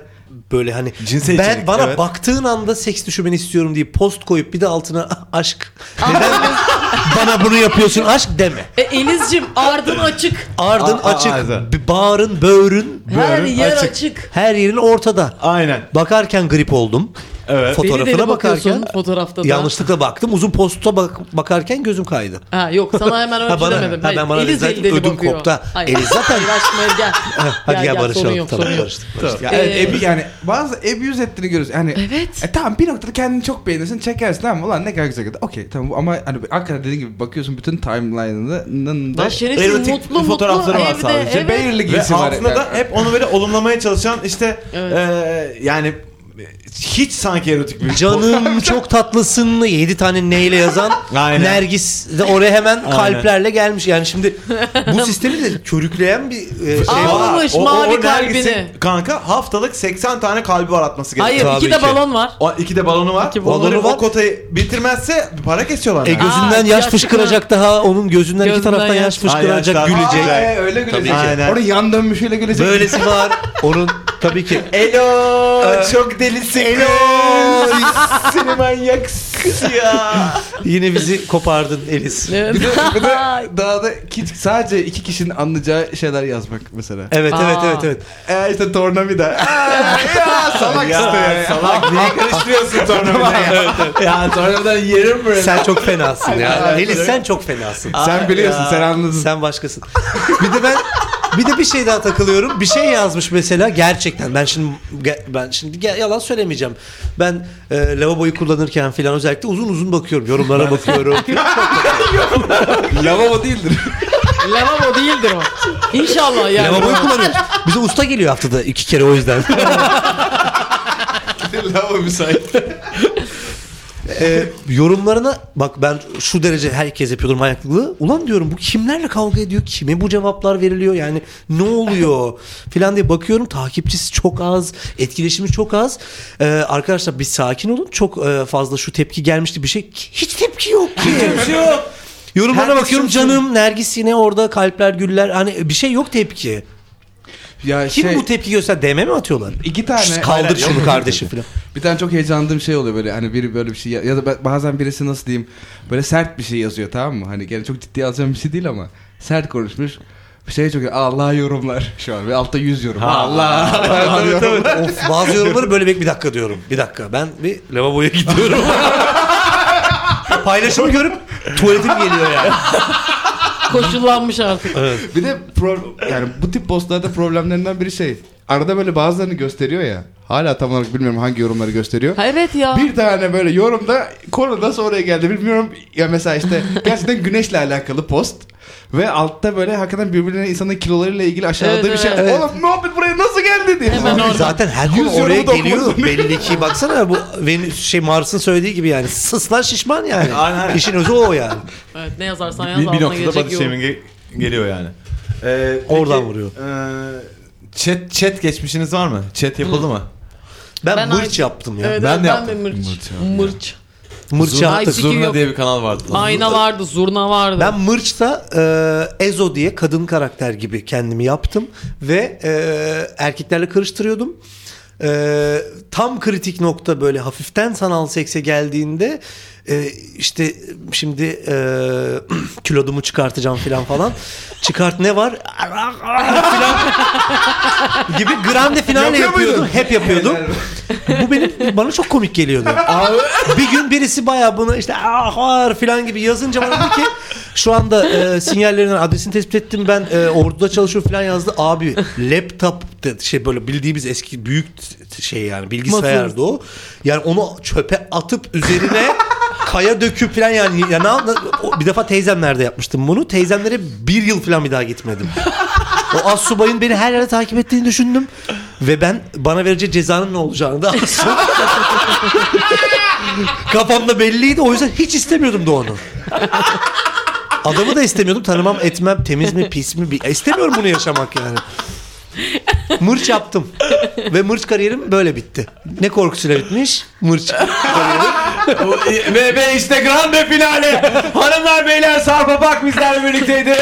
[SPEAKER 5] böyle hani
[SPEAKER 2] Cinsel
[SPEAKER 5] ben
[SPEAKER 2] içerik,
[SPEAKER 5] bana
[SPEAKER 2] evet.
[SPEAKER 5] baktığın anda seks düşümeni istiyorum diye post koyup bir de altına <laughs> aşk neden <laughs> bana bunu yapıyorsun aşk deme.
[SPEAKER 3] E, Elizcim ardın açık.
[SPEAKER 5] Ardın
[SPEAKER 2] Aa, aa,
[SPEAKER 5] açık.
[SPEAKER 2] aa.
[SPEAKER 5] bir Bağrın, böğrün
[SPEAKER 3] Her
[SPEAKER 2] Buyurun,
[SPEAKER 3] yer
[SPEAKER 2] açık.
[SPEAKER 3] açık.
[SPEAKER 5] her yerin ortada.
[SPEAKER 2] Aynen.
[SPEAKER 5] Bakarken grip oldum.
[SPEAKER 2] Evet.
[SPEAKER 3] Deli
[SPEAKER 5] Fotoğrafına
[SPEAKER 3] deli bakıyorsun
[SPEAKER 5] bakarken
[SPEAKER 3] fotoğrafta da.
[SPEAKER 5] yanlışlıkla baktım. Uzun posta bak- bakarken gözüm kaydı.
[SPEAKER 3] Ha yok
[SPEAKER 5] <laughs>
[SPEAKER 3] sana hemen
[SPEAKER 5] Ha,
[SPEAKER 3] öyle
[SPEAKER 5] bana-
[SPEAKER 3] demedim.
[SPEAKER 5] ha, ben
[SPEAKER 3] Hayır,
[SPEAKER 5] bana
[SPEAKER 3] Eliz
[SPEAKER 5] zaten
[SPEAKER 3] deli deli
[SPEAKER 5] ödüm
[SPEAKER 3] bakıyor.
[SPEAKER 5] koptu ha.
[SPEAKER 3] Hayır.
[SPEAKER 5] Eliz zaten-
[SPEAKER 3] Hayır, aşkım, hayır, Ah, gel.
[SPEAKER 5] Hadi gel, barışalım.
[SPEAKER 3] Sorun yok
[SPEAKER 5] tamam,
[SPEAKER 3] sorun yok.
[SPEAKER 5] barıştık.
[SPEAKER 4] Ya evet,
[SPEAKER 3] Ee,
[SPEAKER 4] ebi- yani bazı abuse ettiğini görüyoruz. Yani
[SPEAKER 3] Evet.
[SPEAKER 4] E, tamam bir noktada kendini çok beğenirsin, çekersin ama ulan ne kadar güzel kadın. Okey tamam bu- ama hani hakikaten dediğim gibi bakıyorsun bütün timeline'ının da
[SPEAKER 3] Lan şerefsiz
[SPEAKER 2] erotik
[SPEAKER 3] mutlu mutlu
[SPEAKER 2] fotoğrafları var
[SPEAKER 3] evde,
[SPEAKER 2] sadece.
[SPEAKER 3] evet.
[SPEAKER 4] Barely
[SPEAKER 2] Ve
[SPEAKER 4] giysi var.
[SPEAKER 2] altında da
[SPEAKER 4] yani.
[SPEAKER 2] hep onu böyle olumlamaya çalışan işte
[SPEAKER 3] Evet.
[SPEAKER 2] eee, yani hiç sanki erotik bir
[SPEAKER 5] <laughs> Canım çok tatlısın 7 tane neyle yazan
[SPEAKER 2] Aynen.
[SPEAKER 5] Nergis de oraya hemen
[SPEAKER 2] Aynen.
[SPEAKER 5] kalplerle gelmiş. Yani şimdi e, bu sistemi de körükleyen bir e, şey
[SPEAKER 3] Aa,
[SPEAKER 5] var.
[SPEAKER 3] Ağlamış mavi kalbini.
[SPEAKER 2] Kanka haftalık 80 tane kalbi aratması gerekiyor.
[SPEAKER 3] Hayır
[SPEAKER 5] Tabii
[SPEAKER 3] iki de
[SPEAKER 5] ki.
[SPEAKER 3] balon var.
[SPEAKER 2] O iki de balonu var.
[SPEAKER 3] İki balonu
[SPEAKER 2] Onları
[SPEAKER 5] var.
[SPEAKER 2] o kotayı bitirmezse para kesiyorlar.
[SPEAKER 5] E,
[SPEAKER 2] yani.
[SPEAKER 5] gözünden
[SPEAKER 3] Aa,
[SPEAKER 5] yaş
[SPEAKER 3] yaş
[SPEAKER 5] fışkıracak daha onun gözünden, iki
[SPEAKER 3] Gözünden
[SPEAKER 5] taraftan yaş
[SPEAKER 3] yaş.
[SPEAKER 5] fışkıracak
[SPEAKER 2] Ay, yaşlar-
[SPEAKER 5] gülecek.
[SPEAKER 4] Aa, e, öyle gülecek.
[SPEAKER 2] ki. Aynen.
[SPEAKER 4] Orada yan dönmüş öyle gülecek.
[SPEAKER 5] <laughs> Böylesi var. Onun tabii ki
[SPEAKER 2] Elo çok delisin. Elo seni manyaksın ya.
[SPEAKER 5] yine bizi kopardın Elis.
[SPEAKER 3] Evet.
[SPEAKER 4] bir de, bir de daha da hiç- sadece iki kişinin anlayacağı şeyler yazmak mesela.
[SPEAKER 5] Evet evet
[SPEAKER 3] Aa.
[SPEAKER 5] evet evet.
[SPEAKER 4] E işte tornavida. Ee, ya salak işte.
[SPEAKER 2] ya
[SPEAKER 4] Ya.
[SPEAKER 2] salak niye karıştırıyorsun tornavida ya?
[SPEAKER 5] Ya
[SPEAKER 4] Tornavidan yerim mi?
[SPEAKER 5] sen çok fenasın ya.
[SPEAKER 4] Aynen.
[SPEAKER 5] Elis sen çok fenasın.
[SPEAKER 4] Sen biliyorsun, sen anladın.
[SPEAKER 5] Sen başkasın. Bir de ben bir de bir şey daha takılıyorum. Bir şey yazmış mesela gerçekten. Ben şimdi ge- ben şimdi ge- yalan söylemeyeceğim. Ben e, lavaboyu kullanırken filan özellikle uzun uzun bakıyorum.
[SPEAKER 4] <laughs>
[SPEAKER 5] Yorumlara bakıyorum.
[SPEAKER 4] Lavabo değildir.
[SPEAKER 3] Lavabo değildir o. İnşallah yani.
[SPEAKER 5] lavaboyu kullanıyoruz. Bize usta geliyor haftada iki kere
[SPEAKER 4] <laughs>
[SPEAKER 5] o yüzden.
[SPEAKER 4] Lavabo müsait.
[SPEAKER 5] E, yorumlarına bak ben şu derece herkes yapıyordur manyaklığı. Ulan diyorum bu kimlerle kavga ediyor? Kime bu cevaplar veriliyor? Yani ne <laughs> oluyor? Filan diye bakıyorum takipçisi çok az. Etkileşimi çok az. E, arkadaşlar bir sakin olun. Çok e, fazla şu tepki gelmişti bir şey. Hiç tepki yok şey- ki. Yorumlara
[SPEAKER 4] Herkes
[SPEAKER 5] bakıyorum
[SPEAKER 4] susuyor.
[SPEAKER 5] canım Nergis yine orada kalpler güller hani bir şey yok tepki.
[SPEAKER 4] Ya
[SPEAKER 5] Kim
[SPEAKER 4] şey,
[SPEAKER 5] bu tepki göster DM mi atıyorlar?
[SPEAKER 4] iki tane.
[SPEAKER 5] Şşt, kaldır şunu kardeşim filan.
[SPEAKER 4] Bir tane çok heyecanlandığım şey oluyor böyle hani biri böyle bir şey ya, ya da ben- bazen birisi nasıl diyeyim böyle sert bir şey yazıyor tamam mı? Hani gene çok ciddiye alacağım bir şey değil ama sert konuşmuş. Bir şey çok Allah yorumlar <laughs> şu an ve altta 100 yorum. Allah. tabii, tabii.
[SPEAKER 5] Of, bazı yorumları böyle bek bir dakika diyorum. Bir dakika ben bir lavaboya gidiyorum. <laughs> Paylaşımı görüp tuvaletim geliyor yani.
[SPEAKER 3] Koşullanmış artık.
[SPEAKER 4] Bir de pro- yani bu tip postlarda problemlerinden biri şey. Arada böyle bazılarını gösteriyor ya. Hala tam olarak bilmiyorum hangi yorumları gösteriyor.
[SPEAKER 3] Ha, evet ya.
[SPEAKER 4] Bir tane böyle yorumda konu nasıl oraya geldi bilmiyorum. Ya
[SPEAKER 3] <laughs>
[SPEAKER 4] mesela işte gerçekten güneşle alakalı post. Ve altta böyle hakikaten birbirine insanın kilolarıyla ilgili aşağıladığı
[SPEAKER 3] Evet,
[SPEAKER 4] bir şey.
[SPEAKER 3] evet.
[SPEAKER 4] Oğlum muhabbet buraya nasıl geldi diye.
[SPEAKER 3] Hemen
[SPEAKER 4] Abi,
[SPEAKER 3] orada.
[SPEAKER 5] Zaten her gün
[SPEAKER 4] Yüz yorumu
[SPEAKER 5] oraya
[SPEAKER 4] da
[SPEAKER 5] geliyor
[SPEAKER 4] okumadım.
[SPEAKER 5] belli ki. Baksana bu Venüs şey Mars'ın söylediği gibi yani. Sıslar şişman yani.
[SPEAKER 2] Aynen, aynen.
[SPEAKER 5] İşin özü o yani.
[SPEAKER 3] Evet, ne yazarsan yaz
[SPEAKER 2] bir, bir
[SPEAKER 3] altına
[SPEAKER 2] noktada
[SPEAKER 3] gelecek
[SPEAKER 2] body
[SPEAKER 3] yorum.
[SPEAKER 2] shaming'e geliyor yani. Ee,
[SPEAKER 5] Oradan vuruyor.
[SPEAKER 2] eee, chat, chat geçmişiniz var mı? Chat yapıldı mı?
[SPEAKER 5] Ben,
[SPEAKER 3] Hmm. Ben
[SPEAKER 5] mırç
[SPEAKER 3] aynı-
[SPEAKER 5] yaptım ya.
[SPEAKER 3] Evet,
[SPEAKER 2] Ben
[SPEAKER 3] evet,
[SPEAKER 2] de
[SPEAKER 3] ben
[SPEAKER 2] yaptım.
[SPEAKER 3] mırç.
[SPEAKER 2] Mırç
[SPEAKER 3] Mırç.
[SPEAKER 2] yaptım.
[SPEAKER 5] Mırça.
[SPEAKER 3] Ay, fikir
[SPEAKER 2] Zurna
[SPEAKER 3] yok.
[SPEAKER 2] diye bir kanal vardı. lan.
[SPEAKER 3] Ayna vardı, zurna vardı.
[SPEAKER 5] Ben Mırç'ta e, Ezo diye kadın karakter gibi kendimi yaptım ve e, erkeklerle karıştırıyordum. E, tam kritik nokta böyle hafiften sanal sekse geldiğinde e, işte şimdi e, <clears throat> kilodumu çıkartacağım filan falan. Çıkart ne var? <laughs> Filan <laughs> gibi grande finale
[SPEAKER 2] Yapıyor muydun?
[SPEAKER 5] yapıyordum. Hep yapıyordum. Bu benim bana çok komik geliyordu. bir gün birisi bayağı bunu işte ah var filan gibi yazınca bana dedi ki şu anda e, sinyallerinden adresini tespit ettim ben e, orduda çalışıyorum filan yazdı. Abi laptop de- şey böyle bildiğimiz eski büyük şey yani bilgisayardı o. Yani onu çöpe atıp üzerine kaya döküp filan yani ya ne- o- bir defa teyzemlerde yapmıştım bunu. Teyzemlere bir yıl filan bir daha gitmedim. O as subayın beni her yerde takip ettiğini düşündüm. Ve ben bana vereceği cezanın ne olacağını da az çok- <laughs> kafamda belliydi. O yüzden hiç istemiyordum da onu. Adamı da istemiyordum. Tanımam etmem temiz mi pis mi. bi- İstemiyorum bunu yaşamak yani. Mırç yaptım. Ve mırç kariyerim böyle bitti. Ne korkusuyla bitmiş? Mırç.
[SPEAKER 2] <laughs> ve, ve işte grande
[SPEAKER 3] <laughs>
[SPEAKER 2] finale. Hanımlar beyler Sarpa Bak bizlerle birlikteydi.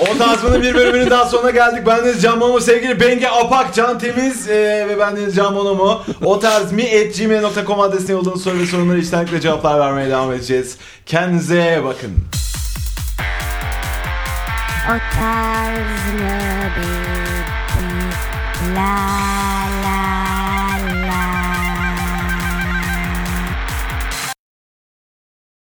[SPEAKER 2] O tasmanın bir bölümünün daha sonuna geldik. Ben Deniz Can Bonomo, sevgili Bengi Apak, Can Temiz e, ve ben Deniz Can Bonomo. O tarz mi at gmail.com adresine yolladığınız soru ve sorunlara içtenlikle cevaplar vermeye devam edeceğiz. Kendinize bakın.
[SPEAKER 1] O tarz mı bir plaj?